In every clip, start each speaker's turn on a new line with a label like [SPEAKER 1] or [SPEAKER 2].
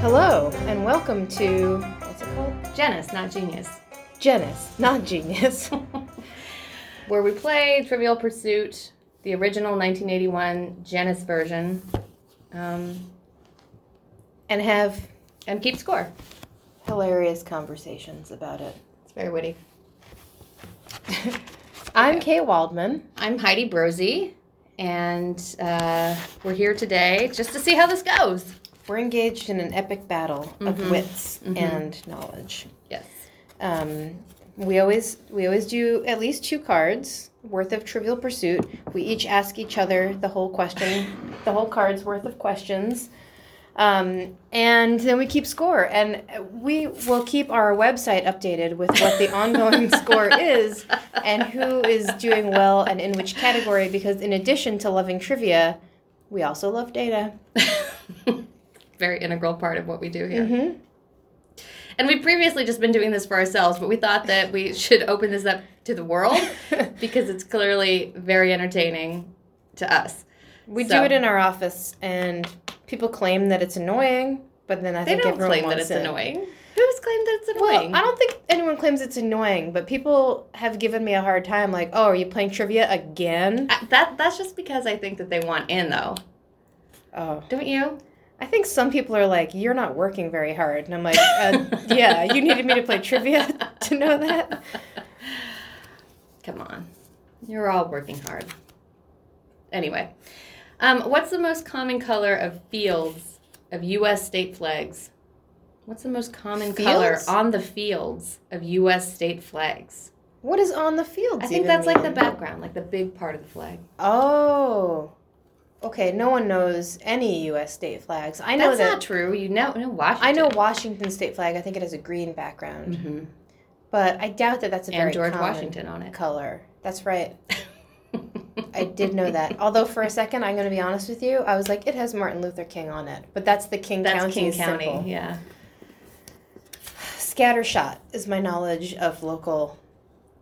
[SPEAKER 1] Hello, and welcome to what's it called?
[SPEAKER 2] Genus, not genius.
[SPEAKER 1] Genus, not genius.
[SPEAKER 2] Where we play Trivial Pursuit, the original 1981 Genus version, um,
[SPEAKER 1] and have
[SPEAKER 2] and keep score.
[SPEAKER 1] hilarious conversations about it.
[SPEAKER 2] It's very witty.
[SPEAKER 1] I'm Kay Waldman.
[SPEAKER 2] I'm Heidi Brosey, and uh, we're here today just to see how this goes.
[SPEAKER 1] We're engaged in an epic battle
[SPEAKER 2] Mm-hmm.
[SPEAKER 1] of wits and knowledge.
[SPEAKER 2] Yes.
[SPEAKER 1] Um, we always we always do at least two cards worth of Trivial Pursuit. We each ask each other the whole question, the whole card's worth of questions, um, and then we keep score. And we will keep our website updated with what the ongoing score is and who is doing well and in which category. Because in addition to loving trivia, we also love data.
[SPEAKER 2] very integral part of what we do here.
[SPEAKER 1] Mm-hmm.
[SPEAKER 2] And we've previously just been doing this for ourselves, but we thought that we should open this up to the world because it's clearly very entertaining to us.
[SPEAKER 1] We
[SPEAKER 2] So-
[SPEAKER 1] do it in our office, and people claim that it's annoying. But then I
[SPEAKER 2] They
[SPEAKER 1] think
[SPEAKER 2] don't
[SPEAKER 1] everyone
[SPEAKER 2] claim that
[SPEAKER 1] wants
[SPEAKER 2] it's
[SPEAKER 1] it.
[SPEAKER 2] annoying. Who's claimed that it's
[SPEAKER 1] Well,
[SPEAKER 2] annoying?
[SPEAKER 1] I don't think anyone claims it's annoying, but people have given me a hard time. Like, oh, are you playing trivia again?
[SPEAKER 2] I- that that's just because I think that they want in though,
[SPEAKER 1] Oh,
[SPEAKER 2] don't you?
[SPEAKER 1] I think some people are like, you're not working very hard, and I'm like, uh, yeah, you needed me to play trivia to know that.
[SPEAKER 2] Come on, you're all working hard. Anyway, um, what's the most common color of fields of U.S. state flags? What's the most common color
[SPEAKER 1] Fields?
[SPEAKER 2] on the fields of U.S. state flags?
[SPEAKER 1] What is on the fields?
[SPEAKER 2] I think
[SPEAKER 1] even
[SPEAKER 2] that's like the
[SPEAKER 1] mean?
[SPEAKER 2] background, like the big part of the flag.
[SPEAKER 1] Oh, okay. No one knows any U.S. state flags. I know
[SPEAKER 2] that's
[SPEAKER 1] that.
[SPEAKER 2] not true. You know, no Washington.
[SPEAKER 1] I know Washington state flag. I think it has a green background,
[SPEAKER 2] hmm
[SPEAKER 1] but I doubt that that's a very
[SPEAKER 2] and George
[SPEAKER 1] common
[SPEAKER 2] Washington on it.
[SPEAKER 1] color. That's right. I did know that. Although for a second, I'm going to be honest with you, I was like, it has Martin Luther King on it, but that's the King
[SPEAKER 2] That's
[SPEAKER 1] County
[SPEAKER 2] King County.
[SPEAKER 1] symbol.
[SPEAKER 2] Yeah.
[SPEAKER 1] Scattershot is my knowledge of local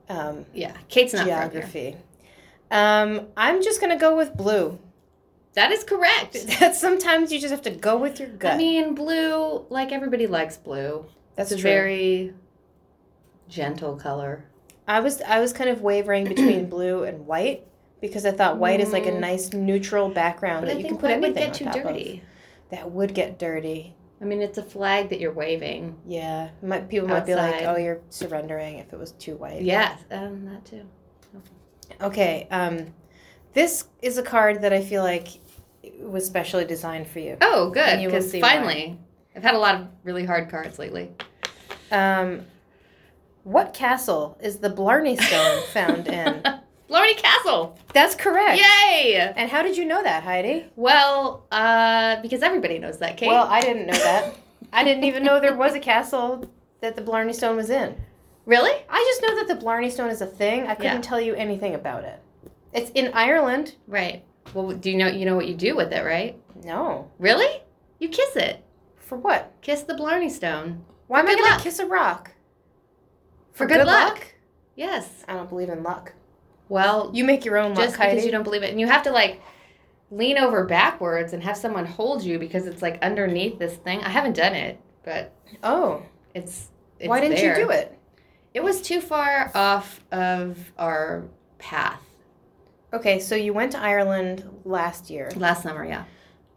[SPEAKER 1] um,
[SPEAKER 2] Yeah. Kate's not from here.
[SPEAKER 1] geography. Um, I'm just going to go with blue.
[SPEAKER 2] That is correct.
[SPEAKER 1] That sometimes you just have to go with your gut.
[SPEAKER 2] I mean, blue, like everybody likes blue.
[SPEAKER 1] that's
[SPEAKER 2] it's a
[SPEAKER 1] true.
[SPEAKER 2] very gentle color.
[SPEAKER 1] I was I was kind of wavering between blue and white because I thought white is like a
[SPEAKER 2] Mm.
[SPEAKER 1] nice neutral background
[SPEAKER 2] But
[SPEAKER 1] that
[SPEAKER 2] I
[SPEAKER 1] you
[SPEAKER 2] think
[SPEAKER 1] can put
[SPEAKER 2] white would
[SPEAKER 1] anything
[SPEAKER 2] get
[SPEAKER 1] on
[SPEAKER 2] too
[SPEAKER 1] top of.
[SPEAKER 2] dirty.
[SPEAKER 1] That would get dirty.
[SPEAKER 2] I mean, it's a flag that you're waving.
[SPEAKER 1] Yeah, might, people might be like,
[SPEAKER 2] Outside.
[SPEAKER 1] "Oh, you're surrendering." If it was too white.
[SPEAKER 2] Yes, um, that too.
[SPEAKER 1] Okay. Um, this is a card that I feel like was specially designed for you.
[SPEAKER 2] Oh, good.
[SPEAKER 1] And you will
[SPEAKER 2] Because
[SPEAKER 1] see
[SPEAKER 2] finally, I've had a lot of really hard cards lately.
[SPEAKER 1] Um, what castle is the Blarney Stone found in?
[SPEAKER 2] Blarney Castle.
[SPEAKER 1] That's correct.
[SPEAKER 2] Yay!
[SPEAKER 1] And how did you know that, Heidi?
[SPEAKER 2] Well, uh, because everybody knows that, Kate.
[SPEAKER 1] Well, I didn't know that. I didn't even know there was a castle that the Blarney Stone was in.
[SPEAKER 2] really?
[SPEAKER 1] I just know that the Blarney Stone is a thing. I couldn't
[SPEAKER 2] Yeah.
[SPEAKER 1] tell you anything about it. It's in Ireland.
[SPEAKER 2] Right. Well, do you know you know what you do with it, right?
[SPEAKER 1] No.
[SPEAKER 2] Really? You kiss it.
[SPEAKER 1] For what?
[SPEAKER 2] Kiss the Blarney Stone.
[SPEAKER 1] Why am I
[SPEAKER 2] good
[SPEAKER 1] gonna
[SPEAKER 2] luck.
[SPEAKER 1] kiss a rock?
[SPEAKER 2] For good luck. Yes.
[SPEAKER 1] I don't believe in luck.
[SPEAKER 2] Well,
[SPEAKER 1] You make your own
[SPEAKER 2] just
[SPEAKER 1] luck, Heidi.
[SPEAKER 2] because you don't believe it and you have to like lean over backwards and have someone hold you because it's like underneath this thing i haven't done it but
[SPEAKER 1] oh,
[SPEAKER 2] it's, it's
[SPEAKER 1] why didn't
[SPEAKER 2] there.
[SPEAKER 1] you do it?
[SPEAKER 2] it was too far off of our path
[SPEAKER 1] Okay, so you went to Ireland last year,
[SPEAKER 2] last summer yeah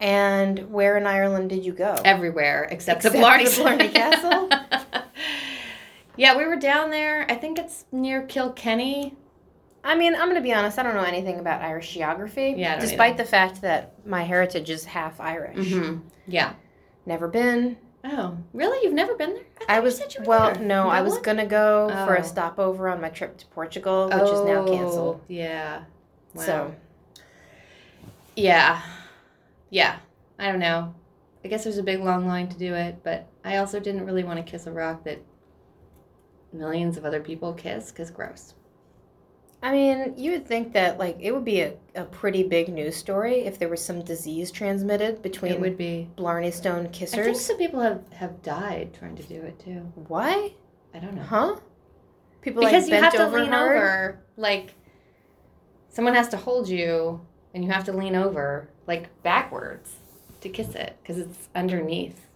[SPEAKER 1] and where in Ireland did you go?
[SPEAKER 2] everywhere except,
[SPEAKER 1] Except
[SPEAKER 2] the blarney,
[SPEAKER 1] the Blarney Castle?
[SPEAKER 2] yeah we were down there i think it's near kilkenny
[SPEAKER 1] I mean, I'm gonna be honest. I don't know anything about Irish geography.
[SPEAKER 2] Yeah, I don't
[SPEAKER 1] despite the fact that my heritage is half Irish.
[SPEAKER 2] Mhm. yeah
[SPEAKER 1] Never been.
[SPEAKER 2] oh really you've never been there thought
[SPEAKER 1] I
[SPEAKER 2] you
[SPEAKER 1] was
[SPEAKER 2] said you were
[SPEAKER 1] well,
[SPEAKER 2] there.
[SPEAKER 1] no, I was
[SPEAKER 2] Dublin?
[SPEAKER 1] gonna go for
[SPEAKER 2] Oh.
[SPEAKER 1] a stopover on my trip to Portugal, which is now canceled.
[SPEAKER 2] Oh, yeah Oh, Wow.
[SPEAKER 1] So
[SPEAKER 2] Yeah. Yeah. I don't know. I guess there's a big long line to do it, but I also didn't really want to kiss a rock that millions of other people kiss because gross.
[SPEAKER 1] I mean, you would think that like it would be a, a pretty big news story if there was some disease transmitted
[SPEAKER 2] It
[SPEAKER 1] between
[SPEAKER 2] would be.
[SPEAKER 1] Blarney Stone
[SPEAKER 2] I think
[SPEAKER 1] kissers.
[SPEAKER 2] some people have, have died trying to do it too.
[SPEAKER 1] Why?
[SPEAKER 2] I don't know.
[SPEAKER 1] Huh? People
[SPEAKER 2] Because
[SPEAKER 1] like
[SPEAKER 2] you
[SPEAKER 1] bent
[SPEAKER 2] have to
[SPEAKER 1] over
[SPEAKER 2] lean
[SPEAKER 1] hard?
[SPEAKER 2] over. Like, someone has to hold you and you have to lean over, like, backwards to kiss it because it's underneath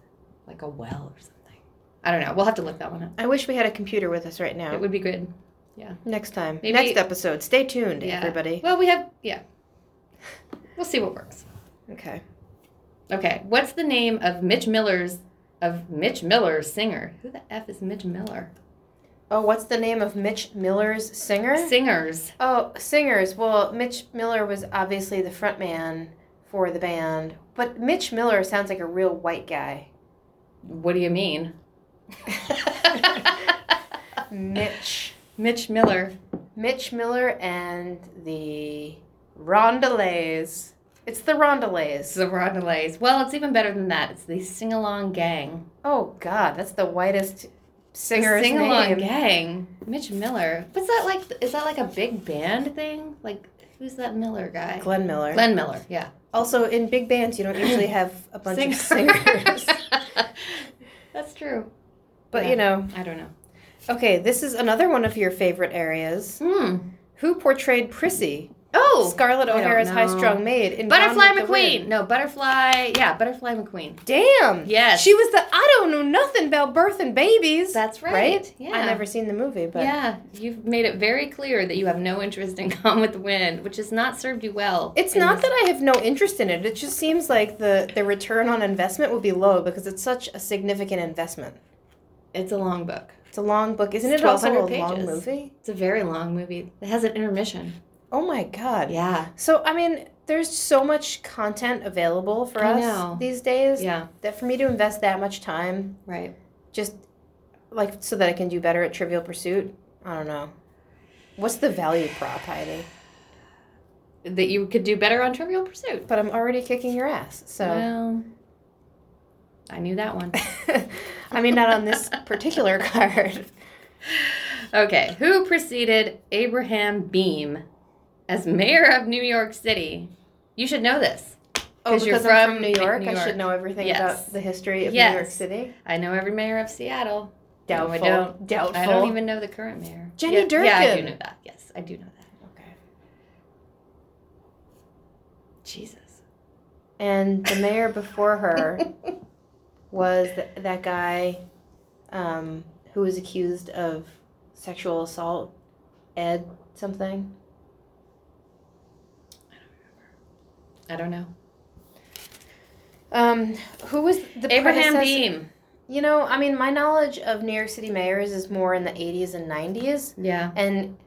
[SPEAKER 2] like a well or something. I don't know. We'll have to look that one up.
[SPEAKER 1] I wish we had a computer with us right now.
[SPEAKER 2] It would be good.
[SPEAKER 1] Next time.
[SPEAKER 2] Maybe-
[SPEAKER 1] Next episode. Stay tuned,
[SPEAKER 2] Yeah.
[SPEAKER 1] everybody.
[SPEAKER 2] Well, we have yeah. We'll see what works.
[SPEAKER 1] Okay.
[SPEAKER 2] Okay, what's the name of Mitch Miller's of Mitch Miller's singer? Who the f is Mitch Miller?
[SPEAKER 1] Oh, what's the name of Mitch Miller's singer?
[SPEAKER 2] Singers.
[SPEAKER 1] Oh, singers. Well, Mitch Miller was obviously the front man for the band, but Mitch Miller sounds like a real white guy.
[SPEAKER 2] What do you mean?
[SPEAKER 1] Mitch.
[SPEAKER 2] Mitch Miller.
[SPEAKER 1] Mitch Miller and the Rondelets. It's the
[SPEAKER 2] It's
[SPEAKER 1] Rondelets.
[SPEAKER 2] the Rondelets. Well, it's even better than that. It's the Sing Along Gang.
[SPEAKER 1] Oh God, that's the whitest
[SPEAKER 2] The
[SPEAKER 1] singer's
[SPEAKER 2] Sing Along
[SPEAKER 1] name.
[SPEAKER 2] Gang. Mitch Miller. What's that like? Is that like a big band thing? Like, who's that Miller guy?
[SPEAKER 1] Glenn Miller.
[SPEAKER 2] Glenn Miller. Yeah.
[SPEAKER 1] Also, in big bands, you don't usually have a bunch of
[SPEAKER 2] Singer.
[SPEAKER 1] singers.
[SPEAKER 2] That's true.
[SPEAKER 1] but
[SPEAKER 2] Yeah.
[SPEAKER 1] you know,
[SPEAKER 2] I don't know.
[SPEAKER 1] okay, this is another one of your favorite areas.
[SPEAKER 2] Hmm.
[SPEAKER 1] Who portrayed Prissy,
[SPEAKER 2] Oh.
[SPEAKER 1] Scarlett
[SPEAKER 2] I don't
[SPEAKER 1] O'Hara's
[SPEAKER 2] know.
[SPEAKER 1] high-strung maid in Gone
[SPEAKER 2] Butterfly
[SPEAKER 1] with the
[SPEAKER 2] McQueen.
[SPEAKER 1] Wind?
[SPEAKER 2] No, Butterfly. Yeah, Butterfly McQueen.
[SPEAKER 1] Damn.
[SPEAKER 2] Yes.
[SPEAKER 1] She was the I don't know nothing about birth and babies.
[SPEAKER 2] That's right. Yeah.
[SPEAKER 1] I never seen the movie, but
[SPEAKER 2] Yeah, you've made it very clear that you have no interest in Gone with the Wind, which has not served you well.
[SPEAKER 1] It's
[SPEAKER 2] in
[SPEAKER 1] not
[SPEAKER 2] this-
[SPEAKER 1] that I have no interest in it. It just seems like the, the return on investment would be low because it's such a significant investment.
[SPEAKER 2] It's a long book.
[SPEAKER 1] It's a long book. Isn't
[SPEAKER 2] It's
[SPEAKER 1] it also a
[SPEAKER 2] 1,200
[SPEAKER 1] long
[SPEAKER 2] pages.
[SPEAKER 1] movie?
[SPEAKER 2] It's a very long movie. It has an intermission.
[SPEAKER 1] Oh my god.
[SPEAKER 2] Yeah.
[SPEAKER 1] So I mean, there's so much content available for
[SPEAKER 2] I
[SPEAKER 1] us
[SPEAKER 2] know.
[SPEAKER 1] these days
[SPEAKER 2] Yeah.
[SPEAKER 1] that for me to invest that much time
[SPEAKER 2] Right.
[SPEAKER 1] just like so that I can do better at Trivial Pursuit, I don't know. What's the value prop, Heidi?
[SPEAKER 2] That you could do better on Trivial Pursuit.
[SPEAKER 1] But I'm already kicking your ass, so.
[SPEAKER 2] Well, I knew that one.
[SPEAKER 1] I mean, not on this particular card.
[SPEAKER 2] Okay, who preceded Abraham Beam as mayor of New York City? You should know this.
[SPEAKER 1] Oh,
[SPEAKER 2] 'Cause you're
[SPEAKER 1] because I'm
[SPEAKER 2] from
[SPEAKER 1] from New York,
[SPEAKER 2] New
[SPEAKER 1] I
[SPEAKER 2] York.
[SPEAKER 1] should know everything
[SPEAKER 2] Yes.
[SPEAKER 1] about the history of New York
[SPEAKER 2] Yes.
[SPEAKER 1] City.
[SPEAKER 2] I know every mayor of Seattle. No, I
[SPEAKER 1] Doubtful.
[SPEAKER 2] don't.
[SPEAKER 1] Doubtful.
[SPEAKER 2] I don't even know the current mayor.
[SPEAKER 1] Jenny
[SPEAKER 2] yeah, Yeah, I do
[SPEAKER 1] Durkin.
[SPEAKER 2] know that. Yes, I do know that.
[SPEAKER 1] Okay.
[SPEAKER 2] Jesus.
[SPEAKER 1] And the mayor before her was th- that guy um, who was accused of sexual assault, Ed something.
[SPEAKER 2] I don't know.
[SPEAKER 1] Um, who was the
[SPEAKER 2] Abraham
[SPEAKER 1] predecessor-
[SPEAKER 2] Beam.
[SPEAKER 1] You know, I mean, my knowledge of New York City mayors is more in the 80s and 90s.
[SPEAKER 2] Yeah.
[SPEAKER 1] And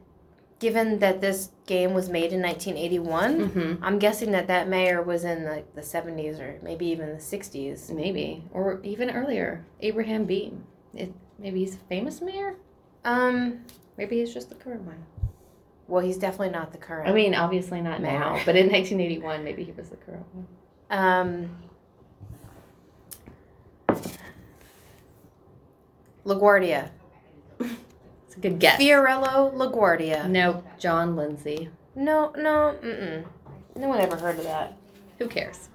[SPEAKER 1] given that this game was made in 1981,
[SPEAKER 2] Mm-hmm.
[SPEAKER 1] I'm guessing that that mayor was in like the 70s or maybe even the 60s.
[SPEAKER 2] Maybe, or even earlier, Abraham Beam. It, maybe he's a famous mayor.
[SPEAKER 1] Um,
[SPEAKER 2] Maybe he's just the current one.
[SPEAKER 1] well, he's definitely not the current.
[SPEAKER 2] I mean, obviously not now,
[SPEAKER 1] Mayor.
[SPEAKER 2] but in 1981, maybe he was the current one.
[SPEAKER 1] um, LaGuardia,
[SPEAKER 2] It's a good guess.
[SPEAKER 1] Fiorello LaGuardia.
[SPEAKER 2] No, John Lindsay.
[SPEAKER 1] No, no, mm-mm. no one ever heard of that.
[SPEAKER 2] Who cares?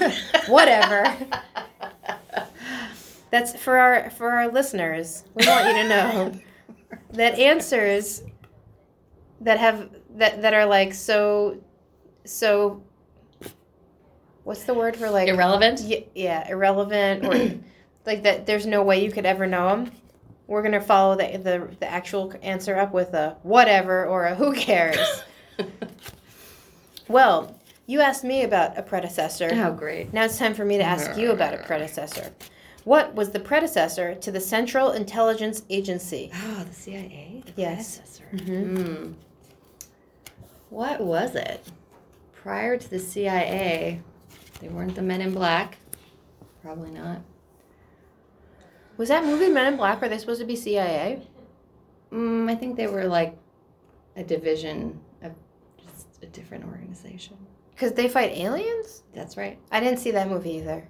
[SPEAKER 1] Whatever. That's for our for our listeners. We want you to know that answers that have that that are like so so what's the word for like
[SPEAKER 2] Irrelevant.
[SPEAKER 1] y- yeah, irrelevant or like that there's no way you could ever know them. We're going to follow the, the the actual answer up with a whatever or a who cares. well, you asked me about a predecessor.
[SPEAKER 2] oh, great.
[SPEAKER 1] Now it's time for me to ask you about a predecessor. What was the predecessor to the Central Intelligence Agency?
[SPEAKER 2] Oh, the CIA. The
[SPEAKER 1] Yes.
[SPEAKER 2] predecessor.
[SPEAKER 1] Mhm.
[SPEAKER 2] Hmm. What was it? Prior to the CIA, they weren't the Men in Black. Probably not.
[SPEAKER 1] Was that movie Men in Black? Were they supposed to be CIA?
[SPEAKER 2] Mm, I think they were like a division of just a different organization.
[SPEAKER 1] Because they fight aliens?
[SPEAKER 2] That's right.
[SPEAKER 1] I didn't see that movie either.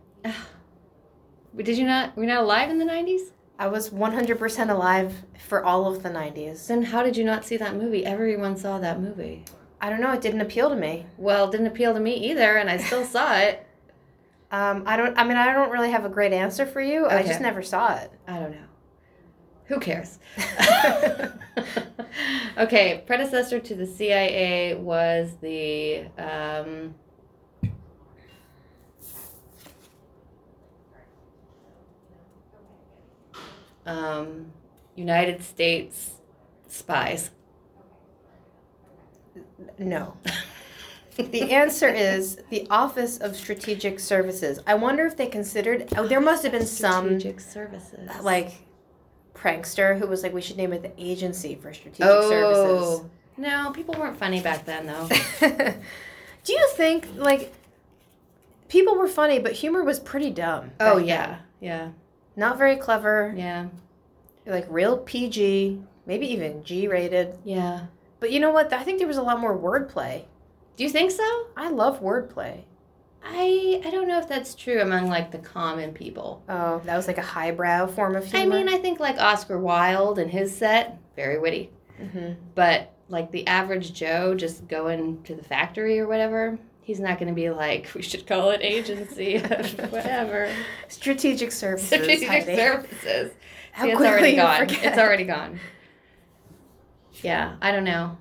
[SPEAKER 2] But Did you not? Were you not alive in the 90s?
[SPEAKER 1] I was 100% alive for all of the 90s.
[SPEAKER 2] Then how did you not see that movie? Everyone saw that movie.
[SPEAKER 1] I don't know, it didn't appeal to me.
[SPEAKER 2] Well, it didn't appeal to me either, and I still saw it.
[SPEAKER 1] Um, I don't I mean I don't really have a great answer for you. I
[SPEAKER 2] Okay.
[SPEAKER 1] just never saw it.
[SPEAKER 2] I don't know. Who cares? okay, predecessor to the CIA was the um, um, United States spies.
[SPEAKER 1] No. the answer is the Office of Strategic Services. I wonder if they considered. Oh, there must have been some uh,
[SPEAKER 2] strategic services.
[SPEAKER 1] like prankster who was like, "We should name it the Agency for Strategic
[SPEAKER 2] oh no, people weren't funny back then though. Oh.
[SPEAKER 1] Services." Do you think like people were funny, but humor was pretty dumb?
[SPEAKER 2] oh
[SPEAKER 1] back
[SPEAKER 2] yeah,
[SPEAKER 1] then?
[SPEAKER 2] yeah,
[SPEAKER 1] not very clever.
[SPEAKER 2] yeah,
[SPEAKER 1] Like real PG, maybe even G-rated.
[SPEAKER 2] yeah.
[SPEAKER 1] But you know what? I think there was a lot more wordplay.
[SPEAKER 2] Do you think so?
[SPEAKER 1] I love wordplay.
[SPEAKER 2] I I don't know if that's true among like the common people.
[SPEAKER 1] Oh, that was like a highbrow form of humor.
[SPEAKER 2] I mean, I think like Oscar Wilde and his set very witty, Mm-hmm.
[SPEAKER 1] Mhm.
[SPEAKER 2] but like the average Joe just going to the factory or whatever, he's not going to be like we should call it agency of whatever
[SPEAKER 1] strategic services.
[SPEAKER 2] strategic
[SPEAKER 1] Heidi.
[SPEAKER 2] services.
[SPEAKER 1] How
[SPEAKER 2] See, it's
[SPEAKER 1] quickly
[SPEAKER 2] already
[SPEAKER 1] you
[SPEAKER 2] gone.
[SPEAKER 1] forget.
[SPEAKER 2] It's already gone. Yeah, I don't know.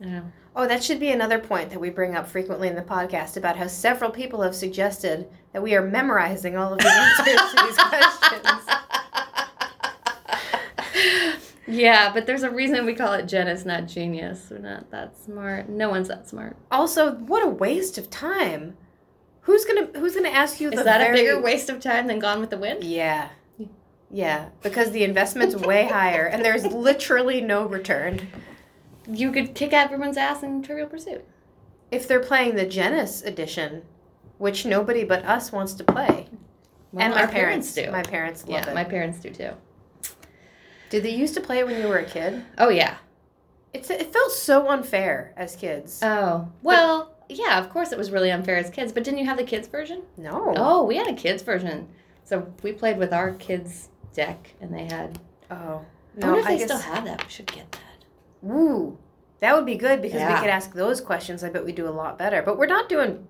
[SPEAKER 2] I don't know.
[SPEAKER 1] Oh, that should be another point that we bring up frequently in the podcast about how several people have suggested that we are memorizing all of the answers to these questions.
[SPEAKER 2] Yeah, but there's a reason we call it Genus, not genius. We're not that smart. No one's that smart.
[SPEAKER 1] Also, what a waste of time. Who's gonna Who's gonna ask you? the
[SPEAKER 2] Is that a
[SPEAKER 1] very-
[SPEAKER 2] bigger waste of time than Gone with the Wind?
[SPEAKER 1] Yeah, yeah, because the investment's way higher, and there's literally no return.
[SPEAKER 2] You could kick everyone's ass in Trivial Pursuit.
[SPEAKER 1] If they're playing the Genis edition, which nobody but us wants to play,
[SPEAKER 2] Well,
[SPEAKER 1] and my
[SPEAKER 2] our
[SPEAKER 1] do, my parents love
[SPEAKER 2] yeah,
[SPEAKER 1] it.
[SPEAKER 2] my parents do too.
[SPEAKER 1] Did they used to play it when you were a kid?
[SPEAKER 2] Oh yeah.
[SPEAKER 1] It's it felt so unfair as kids.
[SPEAKER 2] Oh well, yeah. Of course, it was really unfair as kids. But didn't you have the kids version?
[SPEAKER 1] no.
[SPEAKER 2] Oh, we had a kids version. So we played with our kids deck, and they had.
[SPEAKER 1] Oh.
[SPEAKER 2] I
[SPEAKER 1] No, I,
[SPEAKER 2] wonder if they
[SPEAKER 1] guess.
[SPEAKER 2] still have that. We should get that.
[SPEAKER 1] Ooh. That would be good because we
[SPEAKER 2] Yeah.
[SPEAKER 1] could ask those questions. I bet we do a lot better. But we're not doing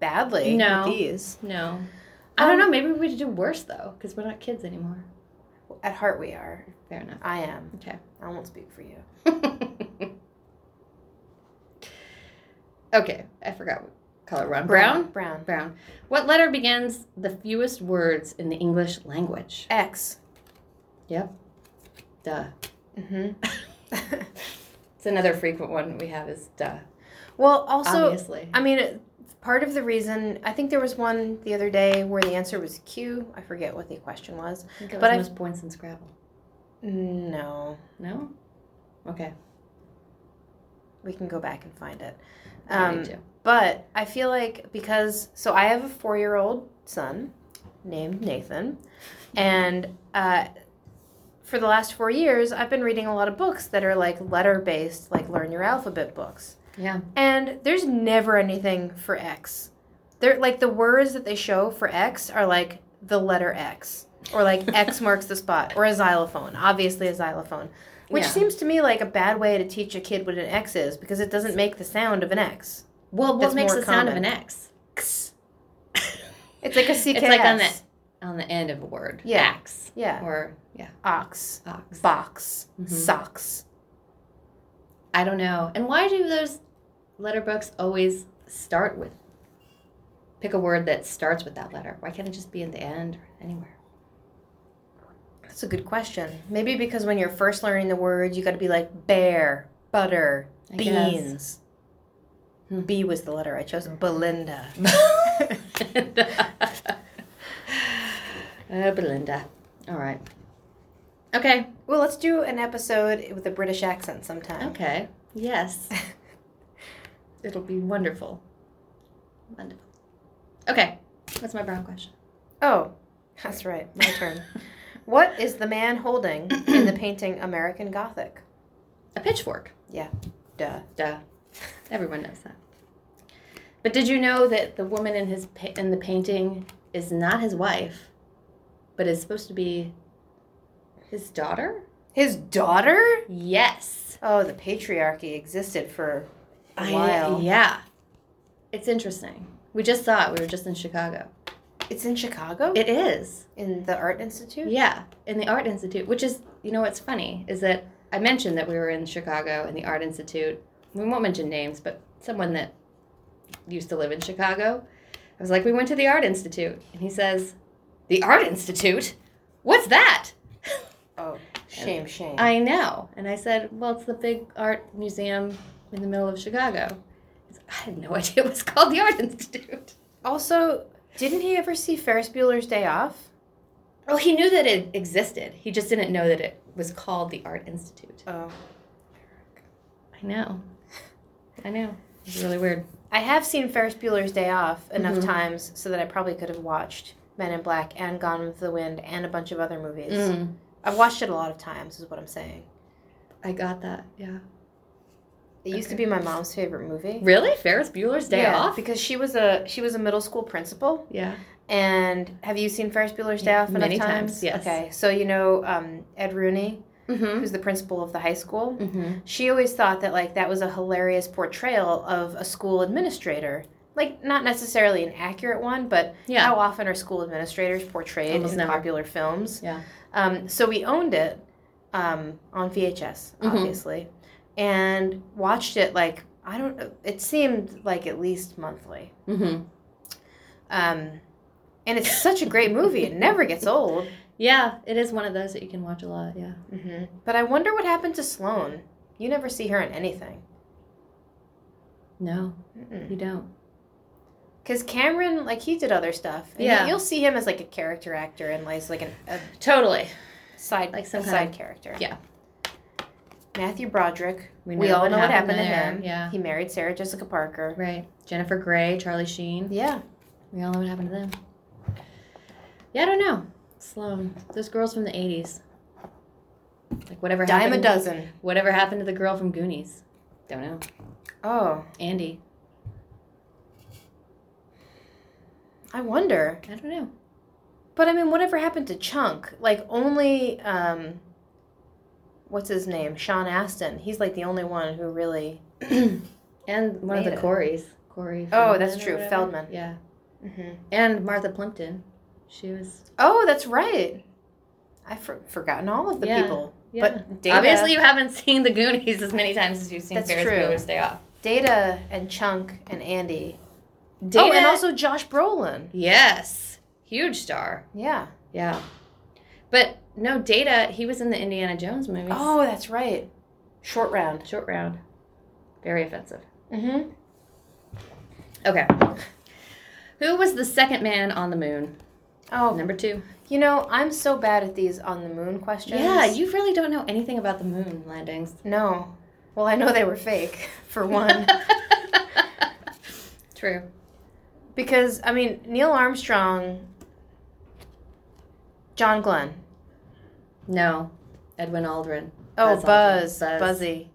[SPEAKER 1] badly
[SPEAKER 2] No.
[SPEAKER 1] with these.
[SPEAKER 2] No. I don't know. Maybe we should do worse though, because we're not kids anymore.
[SPEAKER 1] At heart, we are.
[SPEAKER 2] Fair enough.
[SPEAKER 1] I am.
[SPEAKER 2] Okay.
[SPEAKER 1] I won't speak for you.
[SPEAKER 2] okay, I forgot what color. Ron Brown.
[SPEAKER 1] Brown.
[SPEAKER 2] Brown. What letter begins the fewest words in the English language?
[SPEAKER 1] X.
[SPEAKER 2] Duh.
[SPEAKER 1] hmm
[SPEAKER 2] Mm-hmm. It's another frequent one we have is duh.
[SPEAKER 1] well, also,
[SPEAKER 2] obviously.
[SPEAKER 1] I mean, it- part of the reason, I think there was one the other day where the answer was Q. I forget what the question was.
[SPEAKER 2] I think it was
[SPEAKER 1] but I-
[SPEAKER 2] most points in Scrabble.
[SPEAKER 1] No.
[SPEAKER 2] No. Okay.
[SPEAKER 1] We can go back and find it.
[SPEAKER 2] I
[SPEAKER 1] Um,
[SPEAKER 2] need to.
[SPEAKER 1] But I feel like because so I have a four year old son named Nathan, and uh, for the last four years, I've been reading a lot of books that are like letter based, like learn your alphabet books.
[SPEAKER 2] Yeah.
[SPEAKER 1] And there's never anything for X. They're like the words that they show for X are like the letter X, or like X marks the spot, or a xylophone, obviously a xylophone, which
[SPEAKER 2] Yeah.
[SPEAKER 1] seems to me like a bad way to teach a kid what an X is because it doesn't make the sound of an X.
[SPEAKER 2] Well, what
[SPEAKER 1] That's
[SPEAKER 2] makes
[SPEAKER 1] more
[SPEAKER 2] the sound of
[SPEAKER 1] common.
[SPEAKER 2] an X?
[SPEAKER 1] It's like a CKS.
[SPEAKER 2] It's like on the on the end of a word.
[SPEAKER 1] Yeah.
[SPEAKER 2] Ax.
[SPEAKER 1] yeah. Mm-hmm.
[SPEAKER 2] Or yeah,
[SPEAKER 1] Ox,
[SPEAKER 2] ox.
[SPEAKER 1] box,
[SPEAKER 2] Mhm.
[SPEAKER 1] socks.
[SPEAKER 2] I don't know. And why do those letter books always start with pick a word that starts with that letter? Why can't it just be at the end or anywhere?
[SPEAKER 1] That's a good question. Maybe because when you're first learning the words, you got to be like bear, butter,
[SPEAKER 2] I guess.
[SPEAKER 1] beans.
[SPEAKER 2] Hmm.
[SPEAKER 1] B was the letter I chose. Belinda.
[SPEAKER 2] oh, Belinda. All right. Okay.
[SPEAKER 1] Well, let's do an episode with a British accent sometime.
[SPEAKER 2] Okay. Yes. It'll be wonderful. Wonderful. Okay. What's my brown question?
[SPEAKER 1] Oh, that's right. My turn. what is the man holding in the painting American Gothic?
[SPEAKER 2] A pitchfork.
[SPEAKER 1] Duh.
[SPEAKER 2] Duh. Everyone knows that. But did you know that the woman in his pa- in the painting is not his wife, but is supposed to be his daughter?
[SPEAKER 1] His daughter?
[SPEAKER 2] Yes.
[SPEAKER 1] Oh, the patriarchy existed for a
[SPEAKER 2] I-
[SPEAKER 1] while.
[SPEAKER 2] yeah. It's interesting. We just saw it. We were just in Chicago.
[SPEAKER 1] It's in Chicago?
[SPEAKER 2] It is.
[SPEAKER 1] in the Art Institute?
[SPEAKER 2] Yeah, in the Art Institute, which is you know what's funny is that I mentioned that we were in Chicago in the Art Institute. We won't mention names, but someone that used to live in Chicago. I was like, we went to the Art Institute, and he says, "The Art Institute? What's that?"
[SPEAKER 1] Oh, Shame, shame.
[SPEAKER 2] I know. And I said, well, it's the big art museum in the middle of Chicago. He's like, I had no idea it was called the Art Institute.
[SPEAKER 1] also, didn't he ever see Ferris Bueller's Day Off?
[SPEAKER 2] Well, he knew that it existed. He just didn't know that it was called the Art Institute.
[SPEAKER 1] Oh.
[SPEAKER 2] I know. I know. It's really weird.
[SPEAKER 1] I have seen Ferris Bueller's Day Off enough
[SPEAKER 2] Mhm.
[SPEAKER 1] times so that I probably could have watched Men in Black and Gone with the Wind and a bunch of other movies.
[SPEAKER 2] Mm.
[SPEAKER 1] I've watched it a lot of times, is what I'm saying.
[SPEAKER 2] I got that. Yeah.
[SPEAKER 1] It used to
[SPEAKER 2] Okay.
[SPEAKER 1] be my mom's favorite movie.
[SPEAKER 2] Really? Ferris Bueller's Day
[SPEAKER 1] Yeah,
[SPEAKER 2] Off?
[SPEAKER 1] because she was a she was a middle school principal.
[SPEAKER 2] Yeah.
[SPEAKER 1] And have you seen Ferris Bueller's Day
[SPEAKER 2] Yeah,
[SPEAKER 1] Off enough
[SPEAKER 2] many
[SPEAKER 1] times?
[SPEAKER 2] times, yes.
[SPEAKER 1] Okay, so you know um, Ed Rooney,
[SPEAKER 2] Mm-hmm.
[SPEAKER 1] who's the principal of the high school.
[SPEAKER 2] Mm-hmm.
[SPEAKER 1] She always thought that like that was a hilarious portrayal of a school administrator. Like not necessarily an accurate one, but
[SPEAKER 2] Yeah.
[SPEAKER 1] how often are school administrators portrayed
[SPEAKER 2] Almost
[SPEAKER 1] in
[SPEAKER 2] never.
[SPEAKER 1] popular films?
[SPEAKER 2] Yeah.
[SPEAKER 1] Um, so we owned it um, on VHS,
[SPEAKER 2] Mhm.
[SPEAKER 1] obviously, and watched it like I don't. It seemed like at least monthly.
[SPEAKER 2] Mm-hmm.
[SPEAKER 1] Um, and it's such a great movie; it never gets old.
[SPEAKER 2] Yeah, it is one of those that you can watch a lot. Yeah.
[SPEAKER 1] hmm But I wonder what happened to Sloane. You never see her in anything.
[SPEAKER 2] No, you don't.
[SPEAKER 1] Because Cameron, like he did other stuff. And
[SPEAKER 2] Yeah.
[SPEAKER 1] you'll see him as like a character actor and like, as, like an, a
[SPEAKER 2] Totally.
[SPEAKER 1] side,
[SPEAKER 2] Like some
[SPEAKER 1] a
[SPEAKER 2] kind
[SPEAKER 1] side
[SPEAKER 2] of-
[SPEAKER 1] character.
[SPEAKER 2] yeah.
[SPEAKER 1] Matthew Broderick. We, all know what happened to
[SPEAKER 2] there.
[SPEAKER 1] him.
[SPEAKER 2] Yeah.
[SPEAKER 1] He married Sarah Jessica Parker.
[SPEAKER 2] Right. Jennifer Grey, Charlie Sheen.
[SPEAKER 1] Yeah.
[SPEAKER 2] We all know what happened to them. Yeah, I don't know. Sloan. Those girls from the 80s. Like whatever
[SPEAKER 1] Dime a
[SPEAKER 2] happened.
[SPEAKER 1] dozen.
[SPEAKER 2] Whatever happened to the girl from Goonies? Don't know.
[SPEAKER 1] Oh,
[SPEAKER 2] Andy.
[SPEAKER 1] I wonder.
[SPEAKER 2] I don't know.
[SPEAKER 1] But I mean, whatever happened to Chunk? Like only, um, what's his name? Sean Astin. He's like the only one who really.
[SPEAKER 2] and one of
[SPEAKER 1] Made
[SPEAKER 2] the
[SPEAKER 1] it.
[SPEAKER 2] Coreys. Corey.
[SPEAKER 1] Oh,
[SPEAKER 2] Feldman
[SPEAKER 1] that's
[SPEAKER 2] or
[SPEAKER 1] true.
[SPEAKER 2] whatever.
[SPEAKER 1] Feldman.
[SPEAKER 2] Yeah.
[SPEAKER 1] Mm-hmm.
[SPEAKER 2] And Martha Plimpton. She was.
[SPEAKER 1] Oh, that's right. I've for- forgotten all of the
[SPEAKER 2] Yeah.
[SPEAKER 1] people.
[SPEAKER 2] Yeah.
[SPEAKER 1] But Data,
[SPEAKER 2] Obviously, you haven't seen the Goonies as many times as you've seen
[SPEAKER 1] That's
[SPEAKER 2] Ferris
[SPEAKER 1] true.
[SPEAKER 2] Bueller's Day Off.
[SPEAKER 1] Data and Chunk and Andy.
[SPEAKER 2] Data,
[SPEAKER 1] Oh, and also Josh Brolin.
[SPEAKER 2] yes, huge star.
[SPEAKER 1] Yeah.
[SPEAKER 2] Yeah, but no, Data. He was in the Indiana Jones movies.
[SPEAKER 1] Oh, that's right. Short round.
[SPEAKER 2] short round, very offensive.
[SPEAKER 1] Mm-hmm.
[SPEAKER 2] Okay, who was the second man on the moon?
[SPEAKER 1] Oh,
[SPEAKER 2] Number two.
[SPEAKER 1] you know I'm so bad at these on the moon questions.
[SPEAKER 2] Yeah, you really don't know anything about the moon landings.
[SPEAKER 1] No. Well, I know they were fake for one.
[SPEAKER 2] True.
[SPEAKER 1] Because I mean, Neil Armstrong, John Glenn.
[SPEAKER 2] No, Edwin Aldrin.
[SPEAKER 1] Oh,
[SPEAKER 2] Buzz
[SPEAKER 1] Buzz,
[SPEAKER 2] Aldrin. Buzz.
[SPEAKER 1] Buzzy.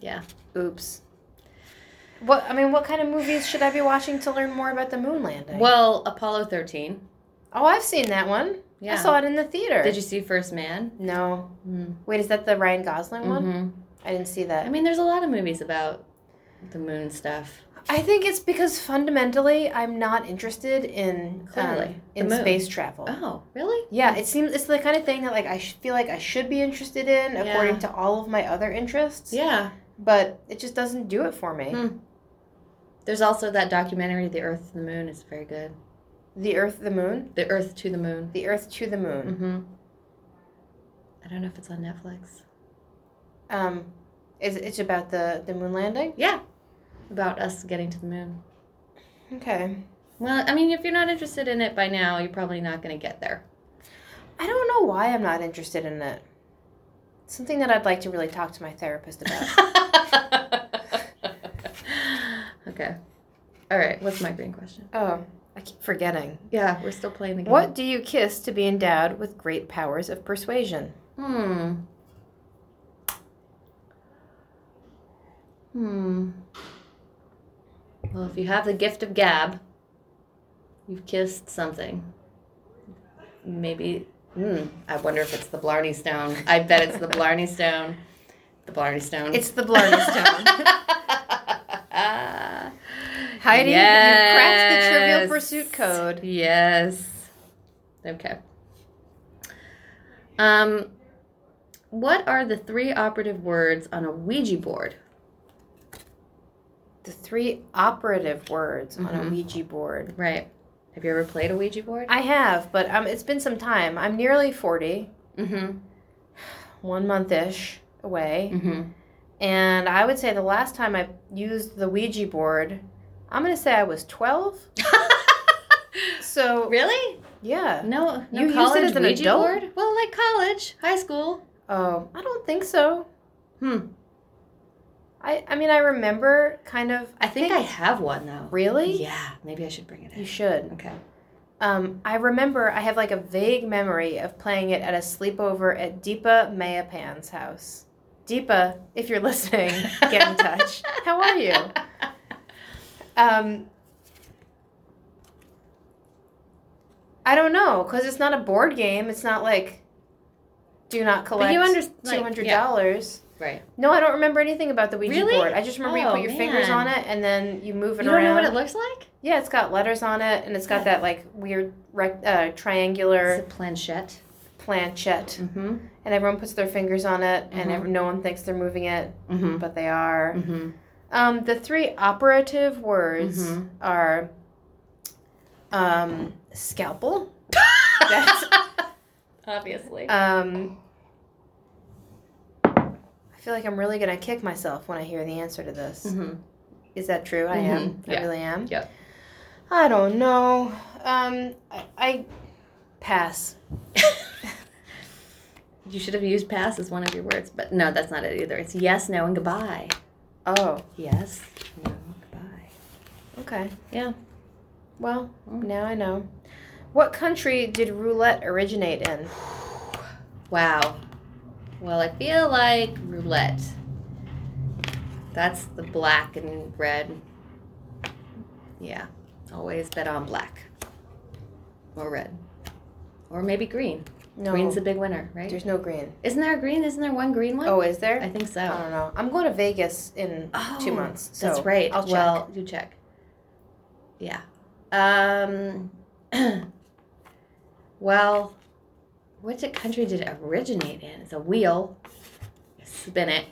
[SPEAKER 2] Yeah.
[SPEAKER 1] Oops. What I mean, what kind of movies should I be watching to learn more about the moon landing?
[SPEAKER 2] Well, Apollo thirteen.
[SPEAKER 1] oh, I've seen that one.
[SPEAKER 2] Yeah.
[SPEAKER 1] I saw it Mm-hmm. in the theater.
[SPEAKER 2] Did you see First Man?
[SPEAKER 1] No.
[SPEAKER 2] Mm.
[SPEAKER 1] Wait, is that the Ryan Gosling one?
[SPEAKER 2] Mhm.
[SPEAKER 1] I didn't see
[SPEAKER 2] I
[SPEAKER 1] that.
[SPEAKER 2] mean, there's a lot of movies about the moon stuff.
[SPEAKER 1] I think it's because fundamentally I'm not interested in um,
[SPEAKER 2] Clearly, the
[SPEAKER 1] in
[SPEAKER 2] moon.
[SPEAKER 1] space travel.
[SPEAKER 2] Oh, really?
[SPEAKER 1] Yeah, it seems it's the kind of thing that like I sh- feel like I should be interested in
[SPEAKER 2] Yeah.
[SPEAKER 1] according to all of my other interests.
[SPEAKER 2] Yeah.
[SPEAKER 1] but it just doesn't do it for me.
[SPEAKER 2] Hmm. There's also that documentary, The Earth to the Moon, is very good.
[SPEAKER 1] The Earth, the Moon,
[SPEAKER 2] The Earth to the Moon.
[SPEAKER 1] the Earth to the Moon.
[SPEAKER 2] Mm-hmm. I don't know if it's on Netflix. Mm.
[SPEAKER 1] Um, is it's about the the moon landing?
[SPEAKER 2] Yeah. About us getting to the moon.
[SPEAKER 1] Okay,
[SPEAKER 2] Well, I mean, if you're not interested in it by now, you're probably not going to get there.
[SPEAKER 1] I don't know why I'm not interested in it. It's something that I'd like to really talk to my therapist about.
[SPEAKER 2] okay. All right. What's my green question?
[SPEAKER 1] oh, I keep forgetting.
[SPEAKER 2] Yeah, we're still playing the game.
[SPEAKER 1] What do you kiss to be endowed with great powers of persuasion?
[SPEAKER 2] Hmm. Hmm. Well, if you have the gift of gab, you've kissed something. Maybe. Hmm. I wonder if it's the Blarney Stone. I bet it's the Blarney Stone. The Blarney Stone.
[SPEAKER 1] It's the Blarney Stone. Heidi, you've cracked the
[SPEAKER 2] Yes.
[SPEAKER 1] Trivial Pursuit code.
[SPEAKER 2] Yes. Okay. Um, what are the three operative words on a Ouija board?
[SPEAKER 1] The three operative words on a
[SPEAKER 2] Mhm.
[SPEAKER 1] Ouija board.
[SPEAKER 2] Right. Have you ever played a Ouija board?
[SPEAKER 1] I have, but um, it's been some time. I'm nearly 40.
[SPEAKER 2] Mm-hmm.
[SPEAKER 1] one month ish away.
[SPEAKER 2] Mm-hmm.
[SPEAKER 1] And I would say the last time I used the Ouija board, I'm going to say I was 12. So,
[SPEAKER 2] really?
[SPEAKER 1] yeah.
[SPEAKER 2] No, no
[SPEAKER 1] You used it
[SPEAKER 2] college
[SPEAKER 1] as an
[SPEAKER 2] Ouija
[SPEAKER 1] adult?
[SPEAKER 2] board? Well, like college, high school.
[SPEAKER 1] Oh, I don't think so.
[SPEAKER 2] Hmm.
[SPEAKER 1] I, I mean, I remember kind of.
[SPEAKER 2] I think I have one though.
[SPEAKER 1] Really?
[SPEAKER 2] Yeah, maybe I should bring it
[SPEAKER 1] You
[SPEAKER 2] in.
[SPEAKER 1] should.
[SPEAKER 2] Okay.
[SPEAKER 1] Um, I remember I have like a vague memory of playing it at a sleepover at Deepa Mayapan's house. Deepa, if you're listening, get in touch. How are you? Um, I don't know, because it's not a board game. It's not like do not collect
[SPEAKER 2] But you understand?
[SPEAKER 1] two hundred
[SPEAKER 2] yeah,
[SPEAKER 1] dollars.
[SPEAKER 2] right.
[SPEAKER 1] No, I don't remember anything about the Ouija
[SPEAKER 2] Really?
[SPEAKER 1] board. I just remember you
[SPEAKER 2] Oh,
[SPEAKER 1] put your fingers
[SPEAKER 2] man.
[SPEAKER 1] on it and then you move
[SPEAKER 2] You
[SPEAKER 1] it
[SPEAKER 2] don't
[SPEAKER 1] around.
[SPEAKER 2] know what it looks like?
[SPEAKER 1] Yeah, it's got letters on it, and it's got that like weird rec- uh, triangular
[SPEAKER 2] It's a planchette.
[SPEAKER 1] planchette,
[SPEAKER 2] Mm-hmm.
[SPEAKER 1] and everyone puts their fingers on it, and
[SPEAKER 2] Mhm.
[SPEAKER 1] ev- no one thinks they're moving it,
[SPEAKER 2] Mm-hmm.
[SPEAKER 1] but they are.
[SPEAKER 2] Mm-hmm.
[SPEAKER 1] Um, the three operative words
[SPEAKER 2] Mhm.
[SPEAKER 1] are um, scalpel, That's-
[SPEAKER 2] obviously.
[SPEAKER 1] Um, I feel like I'm really gonna kick myself when I hear the answer to this.
[SPEAKER 2] mm-hmm.
[SPEAKER 1] Is that true? I am.
[SPEAKER 2] Mhm. Yeah.
[SPEAKER 1] I really am.
[SPEAKER 2] Yep.
[SPEAKER 1] I don't know. Um, I, I pass.
[SPEAKER 2] You should have used pass as one of your words, but no, that's not it either. It's yes, no, and goodbye.
[SPEAKER 1] Oh,
[SPEAKER 2] Yes, no, goodbye.
[SPEAKER 1] okay.
[SPEAKER 2] Yeah.
[SPEAKER 1] Well,
[SPEAKER 2] Mm.
[SPEAKER 1] now I know. What country did roulette originate in?
[SPEAKER 2] Wow. Well, I feel like roulette. That's the black and red. Yeah, always bet on black or red or maybe green.
[SPEAKER 1] No,
[SPEAKER 2] Green's the big winner, right?
[SPEAKER 1] there's no green.
[SPEAKER 2] Isn't there a green? Isn't there one green one?
[SPEAKER 1] Oh, is there?
[SPEAKER 2] I think so.
[SPEAKER 1] I don't know. I'm going to Vegas in two
[SPEAKER 2] Oh,
[SPEAKER 1] months. So
[SPEAKER 2] That's right.
[SPEAKER 1] I'll check.
[SPEAKER 2] Well, you check. Yeah. Um, well, which country did it originate in? It's a wheel. Spin it.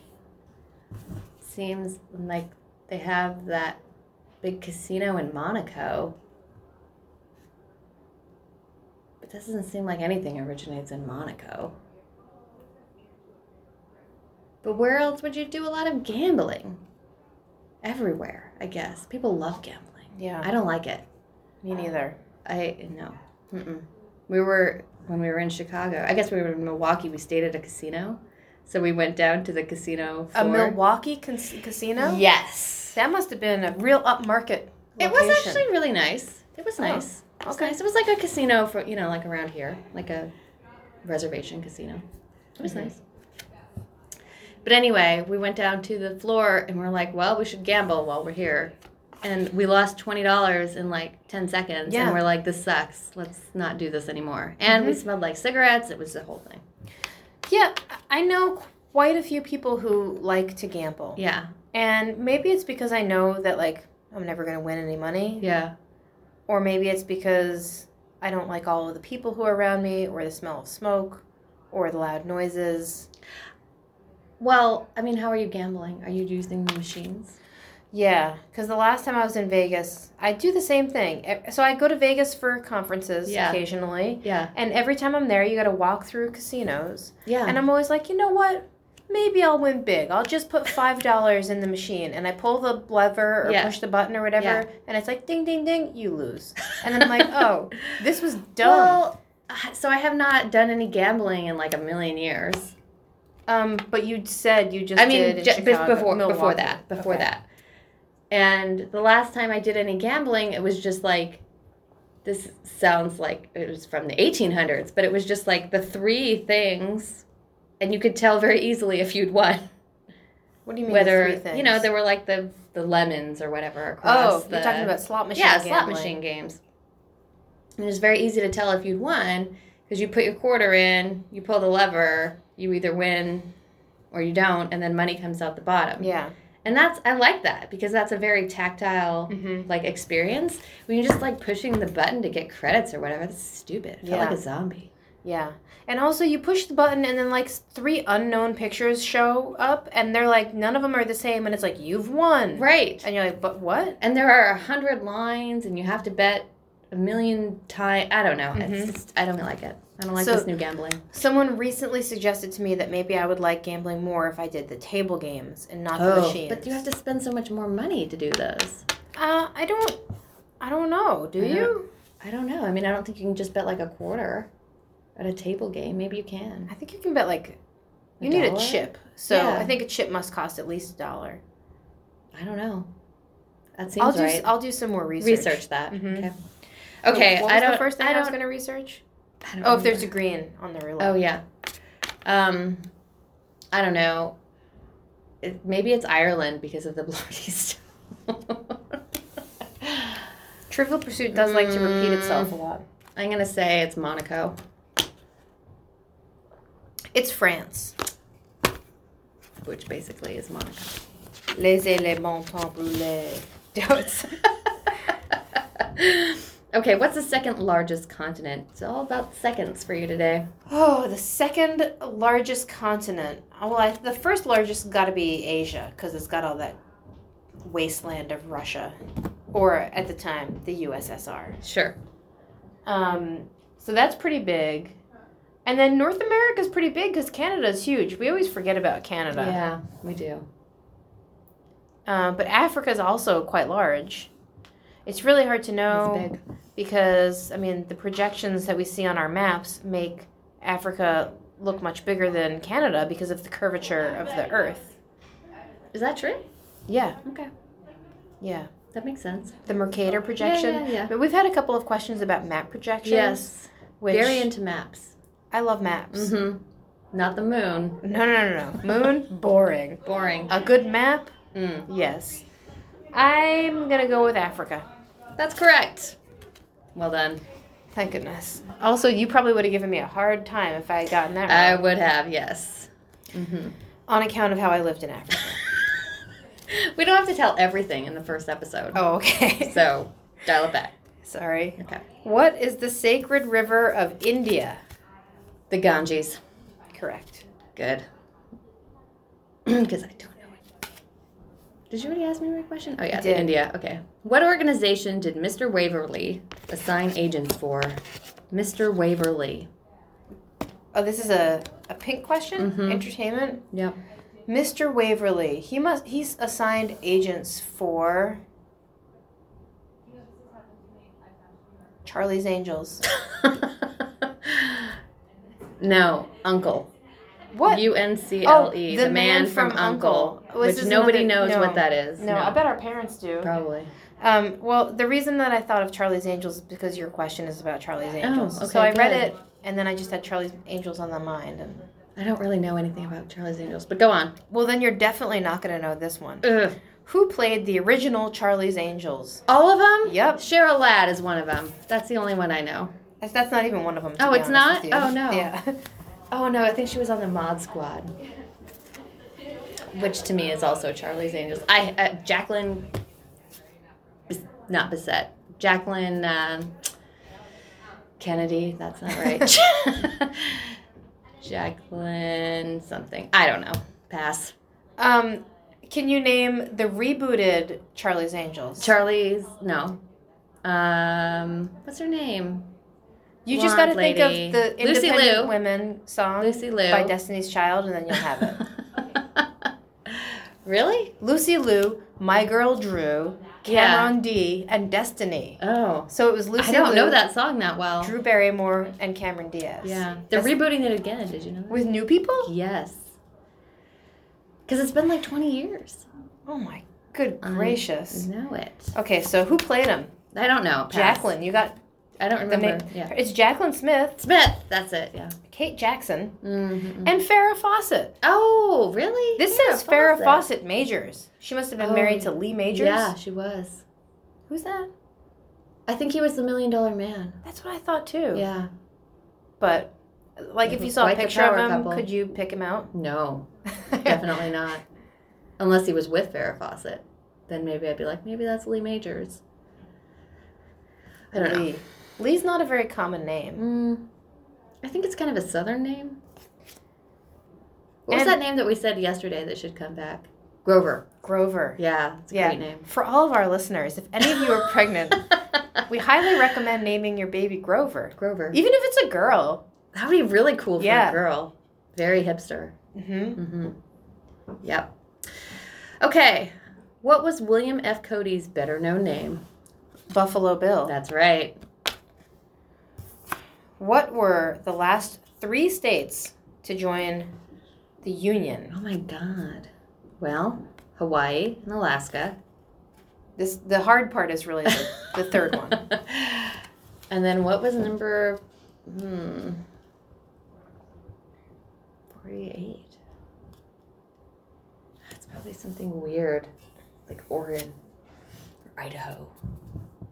[SPEAKER 2] Seems like they have that big casino in Monaco. But this doesn't seem like anything originates in Monaco. But where else would you do a lot of gambling? Everywhere, I guess. People love gambling.
[SPEAKER 1] yeah,
[SPEAKER 2] I don't like it.
[SPEAKER 1] me neither.
[SPEAKER 2] I no. Mm-mm. We were when we were in Chicago. I guess we were in Milwaukee. We stayed at a casino, so we went down to the casino.
[SPEAKER 1] A
[SPEAKER 2] floor.
[SPEAKER 1] Milwaukee cas- casino?
[SPEAKER 2] Yes,
[SPEAKER 1] That must have been a real upmarket. Location.
[SPEAKER 2] it was actually really nice. It was
[SPEAKER 1] Oh,
[SPEAKER 2] nice. It was
[SPEAKER 1] okay.
[SPEAKER 2] nice. It was like a casino for you know like around here, like a reservation casino. It was
[SPEAKER 1] Mhm.
[SPEAKER 2] nice. But anyway, we went down to the floor and we're like, well, we should gamble while we're here. And we lost twenty dollars in like ten seconds,
[SPEAKER 1] Yeah.
[SPEAKER 2] and we're like, "This sucks. Let's not do this anymore." And we smelled like cigarettes. It was the whole thing.
[SPEAKER 1] Yeah, I know quite a few people who like to gamble.
[SPEAKER 2] Yeah,
[SPEAKER 1] And maybe it's because I know that, like, I'm never going to win any money.
[SPEAKER 2] yeah,
[SPEAKER 1] Or maybe it's because I don't like all of the people who are around me, or the smell of smoke, or the loud noises.
[SPEAKER 2] Well, I mean, how are you gambling? Are you using the machines?
[SPEAKER 1] Yeah, because the last time I was in Vegas, I do the same thing. E- So I go to Vegas for conferences
[SPEAKER 2] Yeah.
[SPEAKER 1] occasionally.
[SPEAKER 2] Yeah,
[SPEAKER 1] And every time I'm there, you got to walk through casinos.
[SPEAKER 2] yeah.
[SPEAKER 1] And I'm always like, you know what? Maybe I'll win big. I'll just put five dollars in the machine, and I pull the lever or
[SPEAKER 2] Yeah.
[SPEAKER 1] push the button or whatever,
[SPEAKER 2] Yeah.
[SPEAKER 1] and it's like ding, ding, ding, you lose. And I'm like, oh, this was dumb.
[SPEAKER 2] Well, uh, so I have not done any gambling in like a million years.
[SPEAKER 1] um, but you said you just.
[SPEAKER 2] I mean,
[SPEAKER 1] did in
[SPEAKER 2] ju- be-
[SPEAKER 1] Chicago-
[SPEAKER 2] before before
[SPEAKER 1] Milwaukee.
[SPEAKER 2] that, before
[SPEAKER 1] Okay.
[SPEAKER 2] that. And the last time I did any gambling, it was just like this sounds like it was from the 1800s, but it was just like the three things and you could tell very easily if you'd won
[SPEAKER 1] What do you mean? the
[SPEAKER 2] whether
[SPEAKER 1] three
[SPEAKER 2] you know
[SPEAKER 1] things?
[SPEAKER 2] there were like the the lemons or whatever across
[SPEAKER 1] Oh,
[SPEAKER 2] the,
[SPEAKER 1] you're talking about slot machine.
[SPEAKER 2] yeah, slot
[SPEAKER 1] gambling.
[SPEAKER 2] machine games. And it's very easy to tell if you'd won because you put your quarter in, you pull the lever, you either win or you don't, and then money comes out the bottom.
[SPEAKER 1] Yeah.
[SPEAKER 2] And that's I like that because that's a very tactile
[SPEAKER 1] Mm-hmm.
[SPEAKER 2] like experience. When you're just like pushing the button to get credits or whatever, that's stupid. I felt
[SPEAKER 1] Yeah.
[SPEAKER 2] like a zombie.
[SPEAKER 1] Yeah. And also, you push the button, and then like s- three unknown pictures show up, and they're like, none of them are the same, and it's like, you've won.
[SPEAKER 2] Right.
[SPEAKER 1] And you're like, but what?
[SPEAKER 2] And there are a hundred lines and you have to bet a million times. I don't know. It's just- I don't like it. I don't like
[SPEAKER 1] Mm-hmm. So-
[SPEAKER 2] this new gambling.
[SPEAKER 1] Someone recently suggested to me that maybe I would like gambling more if I did the table games and not the machines.
[SPEAKER 2] Oh. but you have to spend so much more money to do those.
[SPEAKER 1] Uh, I don't. I don't know. Do
[SPEAKER 2] I don't-
[SPEAKER 1] you?
[SPEAKER 2] I don't know. I mean, I don't think you can just bet like a quarter at a table game. Maybe you can.
[SPEAKER 1] I think you can bet like.
[SPEAKER 2] A
[SPEAKER 1] You need a
[SPEAKER 2] dollar?
[SPEAKER 1] chip, so
[SPEAKER 2] Yeah.
[SPEAKER 1] I think a chip must cost at least a dollar.
[SPEAKER 2] I don't know. That seems
[SPEAKER 1] I'll do.
[SPEAKER 2] right.
[SPEAKER 1] I'll do some more research.
[SPEAKER 2] research. that.
[SPEAKER 1] Mhm.
[SPEAKER 2] Okay. Okay.
[SPEAKER 1] What was
[SPEAKER 2] I don't.
[SPEAKER 1] The first thing I,
[SPEAKER 2] I don't.
[SPEAKER 1] was going to research.
[SPEAKER 2] I don't
[SPEAKER 1] Oh, if there's a
[SPEAKER 2] remember.
[SPEAKER 1] green on the roulette.
[SPEAKER 2] Oh yeah. Um, I don't know. It, maybe it's Ireland because of the bloody stone.
[SPEAKER 1] Trivial Pursuit does like to repeat itself a lot.
[SPEAKER 2] I'm gonna say it's Monaco.
[SPEAKER 1] It's France.
[SPEAKER 2] which basically is Monaco.
[SPEAKER 1] Les éléments temps brûlés. Doubts.
[SPEAKER 2] okay, what's the second largest continent? It's all about seconds for you today.
[SPEAKER 1] Oh, the second largest continent. Oh, Well, I, the first largest got to be Asia because it's got all that wasteland of Russia, or at the time the USSR.
[SPEAKER 2] Sure.
[SPEAKER 1] Um, so that's pretty big. And then North America's pretty big because Canada's huge. We always forget about Canada.
[SPEAKER 2] Yeah, we do.
[SPEAKER 1] Uh, but Africa's also quite large. It's really hard to know.
[SPEAKER 2] It's big.
[SPEAKER 1] because I mean the projections that we see on our maps make Africa look much bigger than Canada because of the curvature of the earth.
[SPEAKER 2] Is that true?
[SPEAKER 1] Yeah,
[SPEAKER 2] Okay,
[SPEAKER 1] yeah.
[SPEAKER 2] that makes sense.
[SPEAKER 1] The Mercator projection.
[SPEAKER 2] Yeah, yeah, yeah.
[SPEAKER 1] But we've had a couple of questions about map projections.
[SPEAKER 2] Yes,
[SPEAKER 1] Which
[SPEAKER 2] very into maps.
[SPEAKER 1] I love maps.
[SPEAKER 2] Mm-hmm. Not the moon. Oh.
[SPEAKER 1] No, no, no, no. Moon, boring.
[SPEAKER 2] Boring.
[SPEAKER 1] A good map?
[SPEAKER 2] Mm.
[SPEAKER 1] Yes. I'm going to go with Africa.
[SPEAKER 2] That's correct. Well done.
[SPEAKER 1] Thank goodness. Also, you probably would have given me a hard time if I had gotten that
[SPEAKER 2] I
[SPEAKER 1] right.
[SPEAKER 2] would have yes. Mm-hmm.
[SPEAKER 1] on account of how I lived in Africa.
[SPEAKER 2] we don't have to tell everything in the first episode,
[SPEAKER 1] Oh, okay.
[SPEAKER 2] so dial it back.
[SPEAKER 1] Sorry.
[SPEAKER 2] Okay.
[SPEAKER 1] What is the sacred river of India?
[SPEAKER 2] The Ganges.
[SPEAKER 1] Correct.
[SPEAKER 2] Good. Because I don't know it. Did you already ask me my question? Oh, yeah.
[SPEAKER 1] I did.
[SPEAKER 2] India. Okay. What organization did Mr. Waverly assign agents for? Mr. Waverly.
[SPEAKER 1] Oh, this is a, a pink question?
[SPEAKER 2] Mhm.
[SPEAKER 1] Entertainment?
[SPEAKER 2] Yep.
[SPEAKER 1] Mr. Waverly, he must he's assigned agents for Charlie's Angels.
[SPEAKER 2] no, Uncle.
[SPEAKER 1] What?
[SPEAKER 2] U N C L E.
[SPEAKER 1] Oh,
[SPEAKER 2] the, man, from, Uncle.
[SPEAKER 1] Oh, this
[SPEAKER 2] Which
[SPEAKER 1] is
[SPEAKER 2] nobody
[SPEAKER 1] another-
[SPEAKER 2] knows
[SPEAKER 1] no.
[SPEAKER 2] what that is.
[SPEAKER 1] no, I bet our parents do.
[SPEAKER 2] Probably.
[SPEAKER 1] Um, well, the reason that I thought of Charlie's Angels is because your question is about Charlie's Angels.
[SPEAKER 2] Oh, okay,
[SPEAKER 1] so I read
[SPEAKER 2] good.
[SPEAKER 1] it and then I just had Charlie's Angels on the mind. And,
[SPEAKER 2] I don't really know anything about Charlie's Angels, but go on.
[SPEAKER 1] well, then you're definitely not going to know this one.
[SPEAKER 2] Ugh.
[SPEAKER 1] Who played the original Charlie's Angels?
[SPEAKER 2] All of them?
[SPEAKER 1] Yep.
[SPEAKER 2] Cheryl Ladd is one of them. That's the only one I know.
[SPEAKER 1] That's, that's not even one of them.
[SPEAKER 2] Oh, it's not? Oh, no.
[SPEAKER 1] Yeah.
[SPEAKER 2] Oh no, I think she was on the Mod Squad, which to me is also Charlie's Angels. I uh, Jacqueline, Bis- not Bissett, Jacqueline um Kennedy. That's not right. Jacqueline something. I don't know. Pass.
[SPEAKER 1] Um, can you name the rebooted Charlie's Angels?
[SPEAKER 2] Charlie's no. Um, what's her name?
[SPEAKER 1] you just got to
[SPEAKER 2] Blonde
[SPEAKER 1] think of
[SPEAKER 2] lady.
[SPEAKER 1] the
[SPEAKER 2] Lucy
[SPEAKER 1] Independent
[SPEAKER 2] Liu.
[SPEAKER 1] Women song
[SPEAKER 2] Lucy Liu.
[SPEAKER 1] by Destiny's Child, and then you'll have it.
[SPEAKER 2] really?
[SPEAKER 1] Lucy Liu, My Girl Drew, Cameron D, and Destiny.
[SPEAKER 2] Oh.
[SPEAKER 1] So it was Lucy
[SPEAKER 2] I don't
[SPEAKER 1] Liu,
[SPEAKER 2] know that song that well.
[SPEAKER 1] Drew Barrymore, and Cameron Diaz.
[SPEAKER 2] Yeah, they're
[SPEAKER 1] That's-
[SPEAKER 2] rebooting it again. Did you know?
[SPEAKER 1] With new people?
[SPEAKER 2] That? Yes, because it's been like twenty years.
[SPEAKER 1] Oh my good
[SPEAKER 2] I-
[SPEAKER 1] gracious.
[SPEAKER 2] Know it?
[SPEAKER 1] Okay, so who played them?
[SPEAKER 2] I don't know. Pass.
[SPEAKER 1] Jacqueline. You got
[SPEAKER 2] I don't
[SPEAKER 1] the
[SPEAKER 2] remember.
[SPEAKER 1] name.
[SPEAKER 2] Yeah,
[SPEAKER 1] It's Jacqueline Smith.
[SPEAKER 2] Smith. That's it. Yeah.
[SPEAKER 1] Kate Jackson,
[SPEAKER 2] Mm-hmm.
[SPEAKER 1] and Farrah Fawcett.
[SPEAKER 2] Oh, really?
[SPEAKER 1] This
[SPEAKER 2] Yeah,
[SPEAKER 1] says Farrah Fawcett Majors. She must have been
[SPEAKER 2] Oh.
[SPEAKER 1] married to Lee Majors.
[SPEAKER 2] Yeah, she was.
[SPEAKER 1] Who's that?
[SPEAKER 2] I think he was the Million Dollar Man.
[SPEAKER 1] That's what I thought too.
[SPEAKER 2] Yeah.
[SPEAKER 1] But like
[SPEAKER 2] They
[SPEAKER 1] if
[SPEAKER 2] were
[SPEAKER 1] you saw a
[SPEAKER 2] quite the
[SPEAKER 1] picture of
[SPEAKER 2] power
[SPEAKER 1] him,
[SPEAKER 2] couple.
[SPEAKER 1] could you pick him out?
[SPEAKER 2] No, definitely not. Unless he was with Farrah Fawcett, then maybe I'd be like, maybe that's Lee Majors. I don't know.
[SPEAKER 1] Lee. Lee's not a very common name.
[SPEAKER 2] Mm, I think it's kind of a southern name. What was
[SPEAKER 1] And-
[SPEAKER 2] that name that we said yesterday that should come back? Grover.
[SPEAKER 1] Grover.
[SPEAKER 2] Yeah, it's a
[SPEAKER 1] Yeah.
[SPEAKER 2] great name.
[SPEAKER 1] For all of our listeners, if any of you are pregnant we highly recommend naming your baby Grover,
[SPEAKER 2] Grover.
[SPEAKER 1] even if it's a girl.
[SPEAKER 2] That would be really cool for
[SPEAKER 1] Yeah.
[SPEAKER 2] a girl. Very hipster.
[SPEAKER 1] Mm-hmm.
[SPEAKER 2] Mm-hmm. Yep. Okay. What was William F. Cody's better known name?
[SPEAKER 1] Buffalo Bill.
[SPEAKER 2] That's right.
[SPEAKER 1] What were the last three states to join the Union?
[SPEAKER 2] Oh my God. Well, Hawaii and Alaska.
[SPEAKER 1] This the hard part is really the, the third one.
[SPEAKER 2] and then what was number hmm, 48? That's probably something weird, like Oregon or Idaho.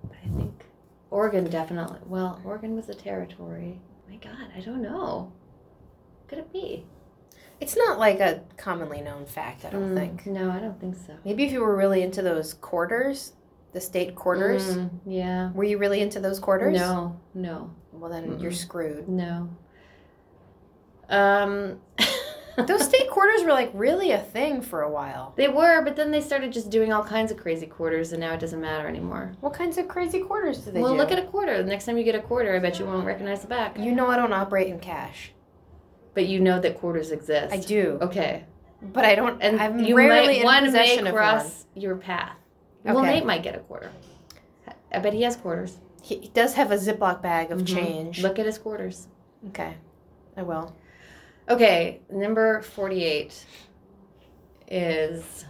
[SPEAKER 2] But I think Oregon definitely. Well, Oregon was a territory. My God, I don't know. Could it be?
[SPEAKER 1] It's not like a commonly known fact, I don't
[SPEAKER 2] Mm,
[SPEAKER 1] think.
[SPEAKER 2] No, I don't think so.
[SPEAKER 1] Maybe if you were really into those quarters, the state quarters.
[SPEAKER 2] Mm, yeah.
[SPEAKER 1] Were you really into those quarters?
[SPEAKER 2] No, no,
[SPEAKER 1] Well, then
[SPEAKER 2] Mm-mm.
[SPEAKER 1] you're screwed.
[SPEAKER 2] no. Um,
[SPEAKER 1] Those state quarters were like really a thing for a while.
[SPEAKER 2] They were, but then they started just doing all kinds of crazy quarters, and now it doesn't matter anymore.
[SPEAKER 1] What kinds of crazy quarters do they
[SPEAKER 2] well,
[SPEAKER 1] do?
[SPEAKER 2] look at a quarter. The next time you get a quarter, I bet you won't recognize the back.
[SPEAKER 1] You know I don't operate in cash.
[SPEAKER 2] But you know that quarters exist.
[SPEAKER 1] I do,
[SPEAKER 2] Okay.
[SPEAKER 1] but I don't.
[SPEAKER 2] And
[SPEAKER 1] I'm
[SPEAKER 2] you
[SPEAKER 1] rarely
[SPEAKER 2] might
[SPEAKER 1] in
[SPEAKER 2] one may
[SPEAKER 1] possession of one.
[SPEAKER 2] cross your path. Well,
[SPEAKER 1] Okay.
[SPEAKER 2] Nate might get a quarter. I bet he has quarters.
[SPEAKER 1] He, he does have a Ziploc bag of
[SPEAKER 2] Mhm.
[SPEAKER 1] change.
[SPEAKER 2] Look at his quarters.
[SPEAKER 1] Okay, I will.
[SPEAKER 2] Okay, number 48 is.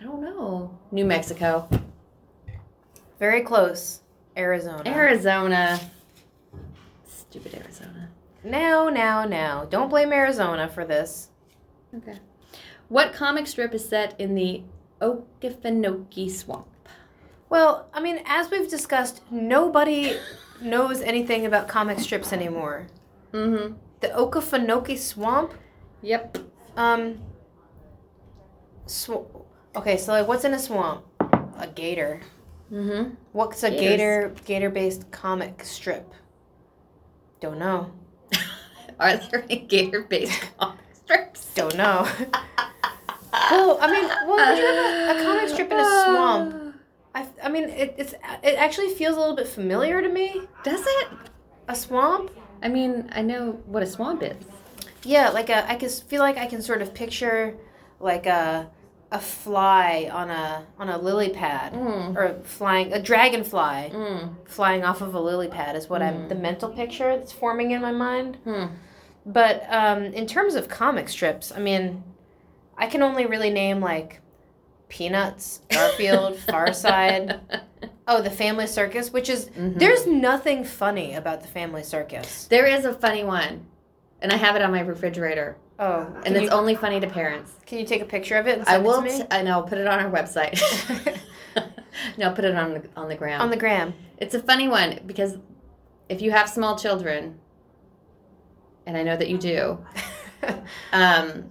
[SPEAKER 2] I don't know. New Mexico.
[SPEAKER 1] Very close, Arizona.
[SPEAKER 2] Arizona. Stupid Arizona.
[SPEAKER 1] no, no, no. Don't blame Arizona for this.
[SPEAKER 2] Okay. What comic strip is set in the Okefenokee Swamp?
[SPEAKER 1] Well, I mean, as we've discussed, nobody knows anything about comic strips anymore.
[SPEAKER 2] Mm-hmm.
[SPEAKER 1] The Okefenokee Swamp.
[SPEAKER 2] Yep.
[SPEAKER 1] Um. Sw- okay, so like, what's in a swamp? A gator.
[SPEAKER 2] Mm-hmm.
[SPEAKER 1] What's a
[SPEAKER 2] Gators.
[SPEAKER 1] gator? Gator-based comic strip. Don't know.
[SPEAKER 2] Are there any gator-based comic strips?
[SPEAKER 1] Don't know.
[SPEAKER 2] Oh,
[SPEAKER 1] well, I mean, well, you have a, a comic strip in a swamp. I, I mean, it, it's it actually feels a little bit familiar to me.
[SPEAKER 2] Does it?
[SPEAKER 1] A swamp.
[SPEAKER 2] I mean, I know what a swamp is.
[SPEAKER 1] Yeah, like a, I can s- feel like I can sort of picture like a a fly on a on a lily pad
[SPEAKER 2] Mm.
[SPEAKER 1] or flying a dragonfly
[SPEAKER 2] Mm.
[SPEAKER 1] flying off of a lily pad is what I'm the mental picture that's forming in my mind.
[SPEAKER 2] Hmm.
[SPEAKER 1] But um, in terms of comic strips, I mean, I can only really name like Peanuts, Garfield, Farside. Oh, the Family Circus, which is
[SPEAKER 2] Mhm.
[SPEAKER 1] there's nothing funny about the Family Circus.
[SPEAKER 2] There is a funny one, and I have it on my refrigerator,
[SPEAKER 1] Oh, can,
[SPEAKER 2] and it's
[SPEAKER 1] you,
[SPEAKER 2] only funny to parents.
[SPEAKER 1] can you take a picture of it? And
[SPEAKER 2] I
[SPEAKER 1] send
[SPEAKER 2] will.
[SPEAKER 1] It to me?
[SPEAKER 2] T- I know. Put it on our website. no, put it on the on the ground.
[SPEAKER 1] on the gram.
[SPEAKER 2] It's a funny one because if you have small children, and I know that you do, um,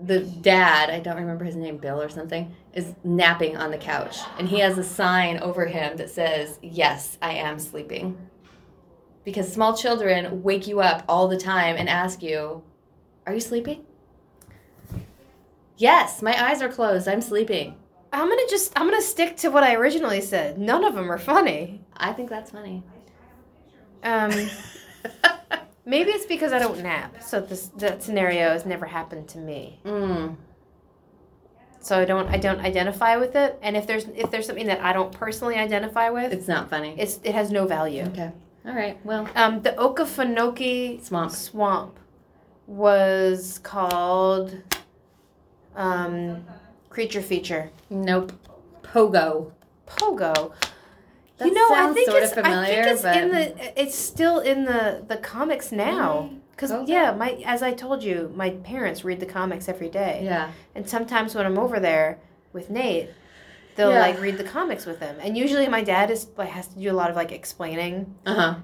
[SPEAKER 2] the dad, I don't remember his name, Bill or something, is napping on the couch. And he has a sign over him that says, Yes, I am sleeping. Because small children wake you up all the time and ask you, Are you sleeping? Yes, my eyes are closed. I'm sleeping.
[SPEAKER 1] I'm gonna just I'm gonna stick to what I originally said. None of them are funny.
[SPEAKER 2] I think that's funny.
[SPEAKER 1] Um, maybe it's because I don't nap, so this that scenario has never happened to me.
[SPEAKER 2] Mm.
[SPEAKER 1] So I don't I don't identify with it. And if there's if there's something that I don't personally identify with,
[SPEAKER 2] It's not funny.
[SPEAKER 1] it's it has no value.
[SPEAKER 2] Okay. All right. Well,
[SPEAKER 1] Um, the Okefenokee
[SPEAKER 2] swamp.
[SPEAKER 1] swamp was called um, creature feature
[SPEAKER 2] Nope. Pogo.
[SPEAKER 1] pogo.
[SPEAKER 2] That
[SPEAKER 1] you know, I
[SPEAKER 2] sounds
[SPEAKER 1] think
[SPEAKER 2] sorta
[SPEAKER 1] it's I
[SPEAKER 2] familiar,
[SPEAKER 1] think it's
[SPEAKER 2] but-
[SPEAKER 1] in the it's still in the the comics now.
[SPEAKER 2] Really?
[SPEAKER 1] Cause
[SPEAKER 2] Pogo?
[SPEAKER 1] yeah, my as I told you, my parents read the comics every day.
[SPEAKER 2] Yeah.
[SPEAKER 1] And sometimes when I'm over there with Nate, they'll
[SPEAKER 2] Yeah.
[SPEAKER 1] like read the comics with him. And usually my dad is like has to do a lot of like explaining.
[SPEAKER 2] Uh huh.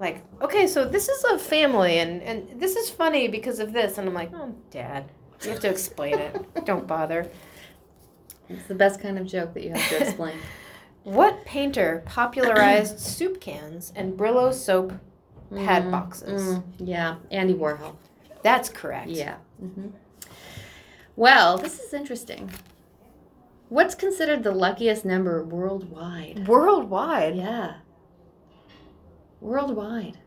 [SPEAKER 1] Like, okay, so this is a family and and this is funny because of this and I'm like, "Oh, dad, you have to explain it. Don't bother."
[SPEAKER 2] It's the best kind of joke that you have to explain.
[SPEAKER 1] What painter popularized soup cans and Brillo soap pad
[SPEAKER 2] Mm,
[SPEAKER 1] boxes?
[SPEAKER 2] mm, yeah. Andy Warhol. Mm-hmm.
[SPEAKER 1] That's correct.
[SPEAKER 2] Yeah. hmm Well, this is interesting. What's considered the luckiest number worldwide?
[SPEAKER 1] Worldwide.
[SPEAKER 2] Yeah. Worldwide.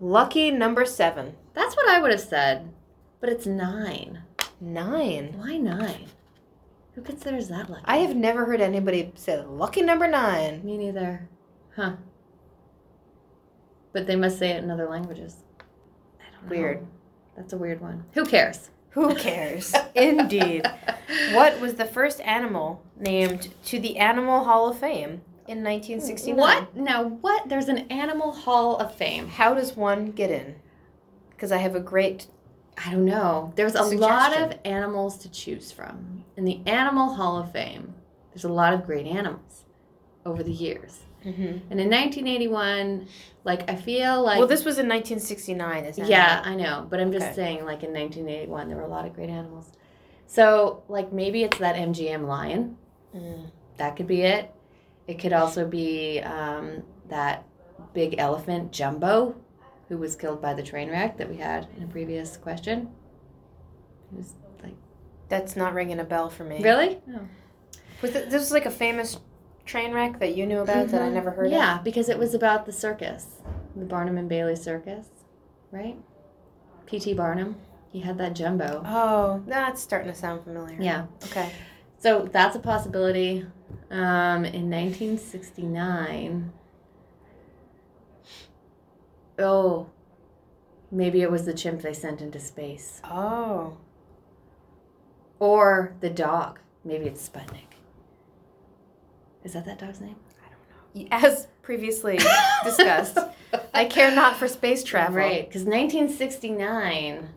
[SPEAKER 1] Lucky number seven.
[SPEAKER 2] That's what I would have said, but it's nine.
[SPEAKER 1] Nine.
[SPEAKER 2] Why nine? Who considers that lucky?
[SPEAKER 1] I have never heard anybody say lucky number nine.
[SPEAKER 2] Me neither. Huh. But they must say it in other languages. I don't know.
[SPEAKER 1] Weird.
[SPEAKER 2] That's a weird one. Who cares?
[SPEAKER 1] Who cares? Indeed. What was the first animal named to the Animal Hall of Fame in 1969?
[SPEAKER 2] What? Now, what? There's an Animal Hall of Fame.
[SPEAKER 1] How does one get in? Because I have a great.
[SPEAKER 2] I don't know. There's a lot of
[SPEAKER 1] Suggestion.
[SPEAKER 2] animals to choose from. In the Animal Hall of Fame, there's a lot of great animals over the years. And in 1981, like, I feel Mm-hmm. like.
[SPEAKER 1] well, this was in 1969, isn't it?
[SPEAKER 2] Yeah, I know, but I'm just
[SPEAKER 1] Okay.
[SPEAKER 2] saying, like in 1981, there were a lot of great animals. So, like maybe it's that MGM lion.
[SPEAKER 1] Mm.
[SPEAKER 2] That could be it. It could also be um, that big elephant Jumbo, who was killed by the train wreck that we had in a previous question. It was like
[SPEAKER 1] That's not ringing a bell for me.
[SPEAKER 2] really? No.
[SPEAKER 1] Was it, this was like a famous train wreck that you knew about that I never heard of?
[SPEAKER 2] Mm-hmm. Yeah, because it was about the circus, the Barnum and Bailey Circus, right? P.T. Barnum, he had that Jumbo.
[SPEAKER 1] Oh, that's starting to sound familiar.
[SPEAKER 2] Yeah.
[SPEAKER 1] Okay.
[SPEAKER 2] So that's a possibility. Um, in 1969. Oh, maybe it was the chimp they sent into space,
[SPEAKER 1] Oh.
[SPEAKER 2] or the dog. Maybe it's Sputnik. Is that that dog's name?
[SPEAKER 1] As previously discussed, I care not for space travel.
[SPEAKER 2] Right, because 1969.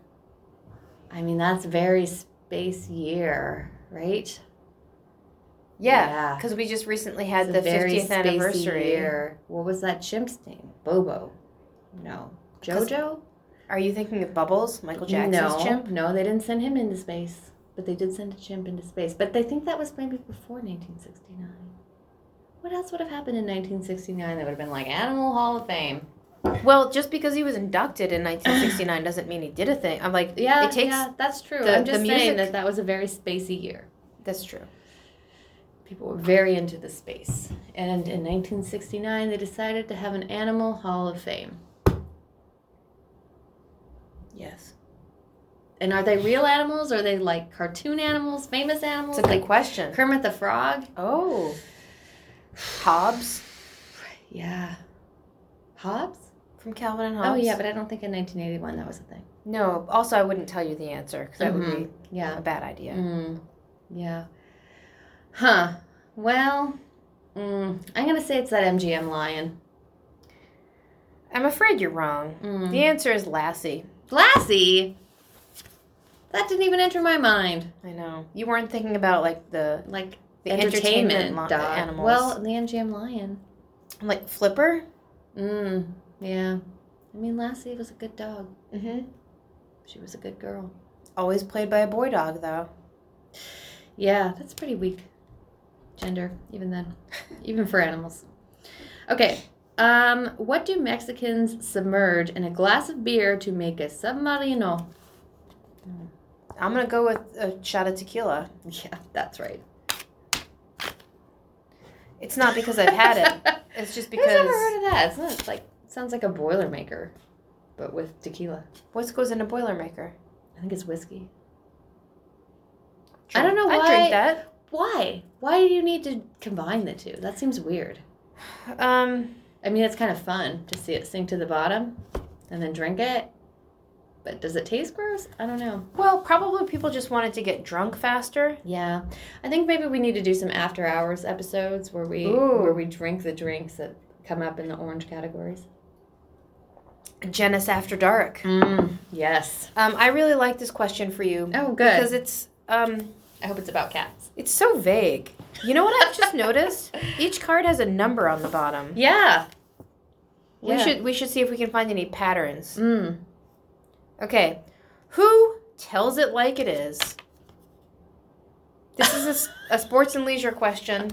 [SPEAKER 2] I mean, that's very space year, right?
[SPEAKER 1] Yeah,
[SPEAKER 2] Yeah.
[SPEAKER 1] because we just recently had
[SPEAKER 2] It's
[SPEAKER 1] the
[SPEAKER 2] a very
[SPEAKER 1] 50th
[SPEAKER 2] spacey
[SPEAKER 1] anniversary.
[SPEAKER 2] year. What was that chimp's name? Bobo. No.
[SPEAKER 1] 'Cause
[SPEAKER 2] Jojo?
[SPEAKER 1] Are you thinking of Bubbles, Michael Jackson's
[SPEAKER 2] no.
[SPEAKER 1] chimp?
[SPEAKER 2] No, they didn't send him into space. But they did send a chimp into space. But they think that was maybe before 1969. What else would have happened in 1969 that would have been like Animal Hall of Fame?
[SPEAKER 1] Well, just because he was inducted in 1969 doesn't mean he did a thing. I'm like,
[SPEAKER 2] Yeah,
[SPEAKER 1] it takes.
[SPEAKER 2] yeah, that's true.
[SPEAKER 1] the-
[SPEAKER 2] I'm just
[SPEAKER 1] the
[SPEAKER 2] saying
[SPEAKER 1] music-
[SPEAKER 2] that that was a very spacey year.
[SPEAKER 1] That's true.
[SPEAKER 2] People were very into the space. And in 1969, they decided to have an Animal Hall of Fame.
[SPEAKER 1] Yes.
[SPEAKER 2] And are they real animals? Are they like cartoon animals, famous animals?
[SPEAKER 1] It's a good
[SPEAKER 2] like
[SPEAKER 1] question.
[SPEAKER 2] Kermit the Frog?
[SPEAKER 1] Oh. Hobbes
[SPEAKER 2] Yeah. Hobbs?
[SPEAKER 1] from Calvin and
[SPEAKER 2] Oh,
[SPEAKER 1] Hobbes.
[SPEAKER 2] yeah, but I don't think in 1981 that was a thing.
[SPEAKER 1] No. Also, I wouldn't tell you the answer because that would be
[SPEAKER 2] Mm-hmm. Yeah.
[SPEAKER 1] a bad idea.
[SPEAKER 2] Mm. Yeah. Huh. Well, mm, I'm going to say it's that MGM lion.
[SPEAKER 1] I'm afraid you're wrong.
[SPEAKER 2] Mm.
[SPEAKER 1] The answer is Lassie.
[SPEAKER 2] Lassie? That didn't even enter my mind.
[SPEAKER 1] I know you weren't thinking about like the
[SPEAKER 2] Like,
[SPEAKER 1] the entertainment, lo- uh,
[SPEAKER 2] dog.
[SPEAKER 1] animals.
[SPEAKER 2] Well, the MGM lion.
[SPEAKER 1] like Flipper.
[SPEAKER 2] Mm. Yeah. I mean, Lassie was a good dog.
[SPEAKER 1] Mm-hmm.
[SPEAKER 2] She was a good girl.
[SPEAKER 1] Always played by a boy dog though.
[SPEAKER 2] Yeah, that's pretty weak. Gender, even then, even for animals. Okay. Um, what do Mexicans submerge in a glass of beer to make a submarino?
[SPEAKER 1] I'm gonna go with a shot of tequila.
[SPEAKER 2] Yeah, that's right.
[SPEAKER 1] It's not because I've had it. It's just
[SPEAKER 2] Who's ever
[SPEAKER 1] because
[SPEAKER 2] heard of that? It's not like sounds like a boilermaker, but with tequila.
[SPEAKER 1] what goes in a boilermaker.
[SPEAKER 2] I think it's whiskey.
[SPEAKER 1] Drink-
[SPEAKER 2] I don't know
[SPEAKER 1] I
[SPEAKER 2] why-
[SPEAKER 1] drink that.
[SPEAKER 2] Why? Why do you need to combine the two? That seems weird.
[SPEAKER 1] Um,
[SPEAKER 2] I mean, it's kind of fun to see it sink to the bottom and then drink it. But does it taste gross? I don't know.
[SPEAKER 1] well, probably people just wanted to get drunk faster.
[SPEAKER 2] Yeah, I think maybe we need to do some after hours episodes where we
[SPEAKER 1] Ooh.
[SPEAKER 2] where we drink the drinks that come up in the orange categories.
[SPEAKER 1] Genis after dark.
[SPEAKER 2] Mm, yes.
[SPEAKER 1] Um, I really like this question for you
[SPEAKER 2] Oh, good.
[SPEAKER 1] because it's um,
[SPEAKER 2] I hope it's about cats.
[SPEAKER 1] it's so vague. You know what I've just noticed? Each card has a number on the bottom.
[SPEAKER 2] Yeah.
[SPEAKER 1] We
[SPEAKER 2] Yeah.
[SPEAKER 1] should we should see if we can find any patterns.
[SPEAKER 2] Mm.
[SPEAKER 1] Okay. Who tells it like it is? This is a s- a, sports and leisure question.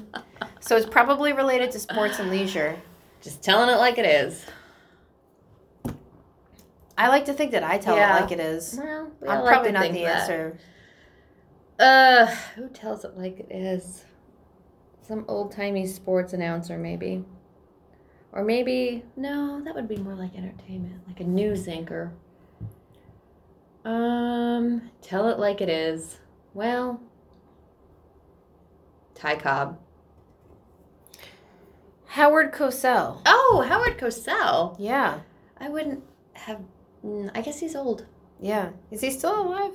[SPEAKER 1] So it's probably related to sports and leisure.
[SPEAKER 2] Just telling it like it is.
[SPEAKER 1] I like to think that I tell
[SPEAKER 2] Yeah.
[SPEAKER 1] it like it is.
[SPEAKER 2] Well, we
[SPEAKER 1] I'm
[SPEAKER 2] all
[SPEAKER 1] probably
[SPEAKER 2] to
[SPEAKER 1] not
[SPEAKER 2] think
[SPEAKER 1] the
[SPEAKER 2] that.
[SPEAKER 1] answer.
[SPEAKER 2] Uh, who tells it like it is? Some old timey sports announcer, maybe. Or maybe, no, that would be more like entertainment, like a news anchor. Um, tell it like it is. Well, Ty Cobb.
[SPEAKER 1] Howard Cosell.
[SPEAKER 2] Oh, Howard Cosell.
[SPEAKER 1] Yeah,
[SPEAKER 2] I wouldn't have. mm, I guess he's old.
[SPEAKER 1] yeah. Is he still alive?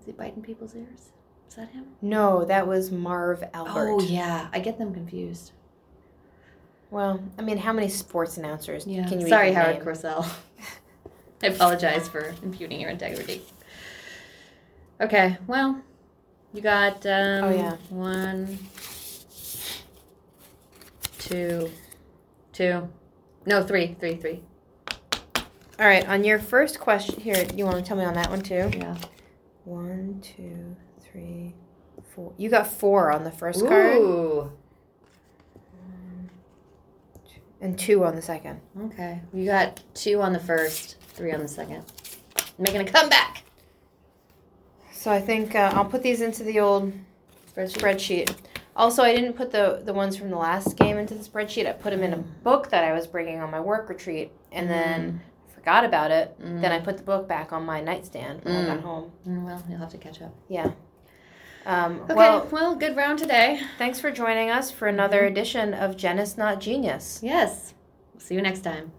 [SPEAKER 2] Is he biting people's ears? Is that him?
[SPEAKER 1] No, that was Marv Albert.
[SPEAKER 2] Oh yeah, I get them confused.
[SPEAKER 1] Well, I mean, how many sports announcers
[SPEAKER 2] Yeah.
[SPEAKER 1] can you
[SPEAKER 2] Sorry,
[SPEAKER 1] even
[SPEAKER 2] Howard
[SPEAKER 1] name?
[SPEAKER 2] Cosell. I apologize for impugning your integrity. Okay, well, you got um,
[SPEAKER 1] Oh, yeah.
[SPEAKER 2] one, two, two, no, three, three, three.
[SPEAKER 1] All right, on your first question here, you want to tell me on that one too?
[SPEAKER 2] Yeah.
[SPEAKER 1] One, two, three, four. You got four on the first card
[SPEAKER 2] Ooh.
[SPEAKER 1] and two on the second.
[SPEAKER 2] Okay. You got two on the first, three on the second. Making a comeback.
[SPEAKER 1] So I think uh, I'll put these into the old spreadsheet. Also, I didn't put the the ones from the last game into the spreadsheet. I put them in a book that I was bringing on my work retreat, and then forgot about it. Then I put the book back on my nightstand when I
[SPEAKER 2] Mm.
[SPEAKER 1] got home.
[SPEAKER 2] Mm-hmm. Mm, Well, you'll have to catch up.
[SPEAKER 1] Um,
[SPEAKER 2] Okay. Well,
[SPEAKER 1] Well,
[SPEAKER 2] good round today. Mm-hmm.
[SPEAKER 1] thanks for joining us for another edition of Genus Not Genius.
[SPEAKER 2] Yes. See you next time.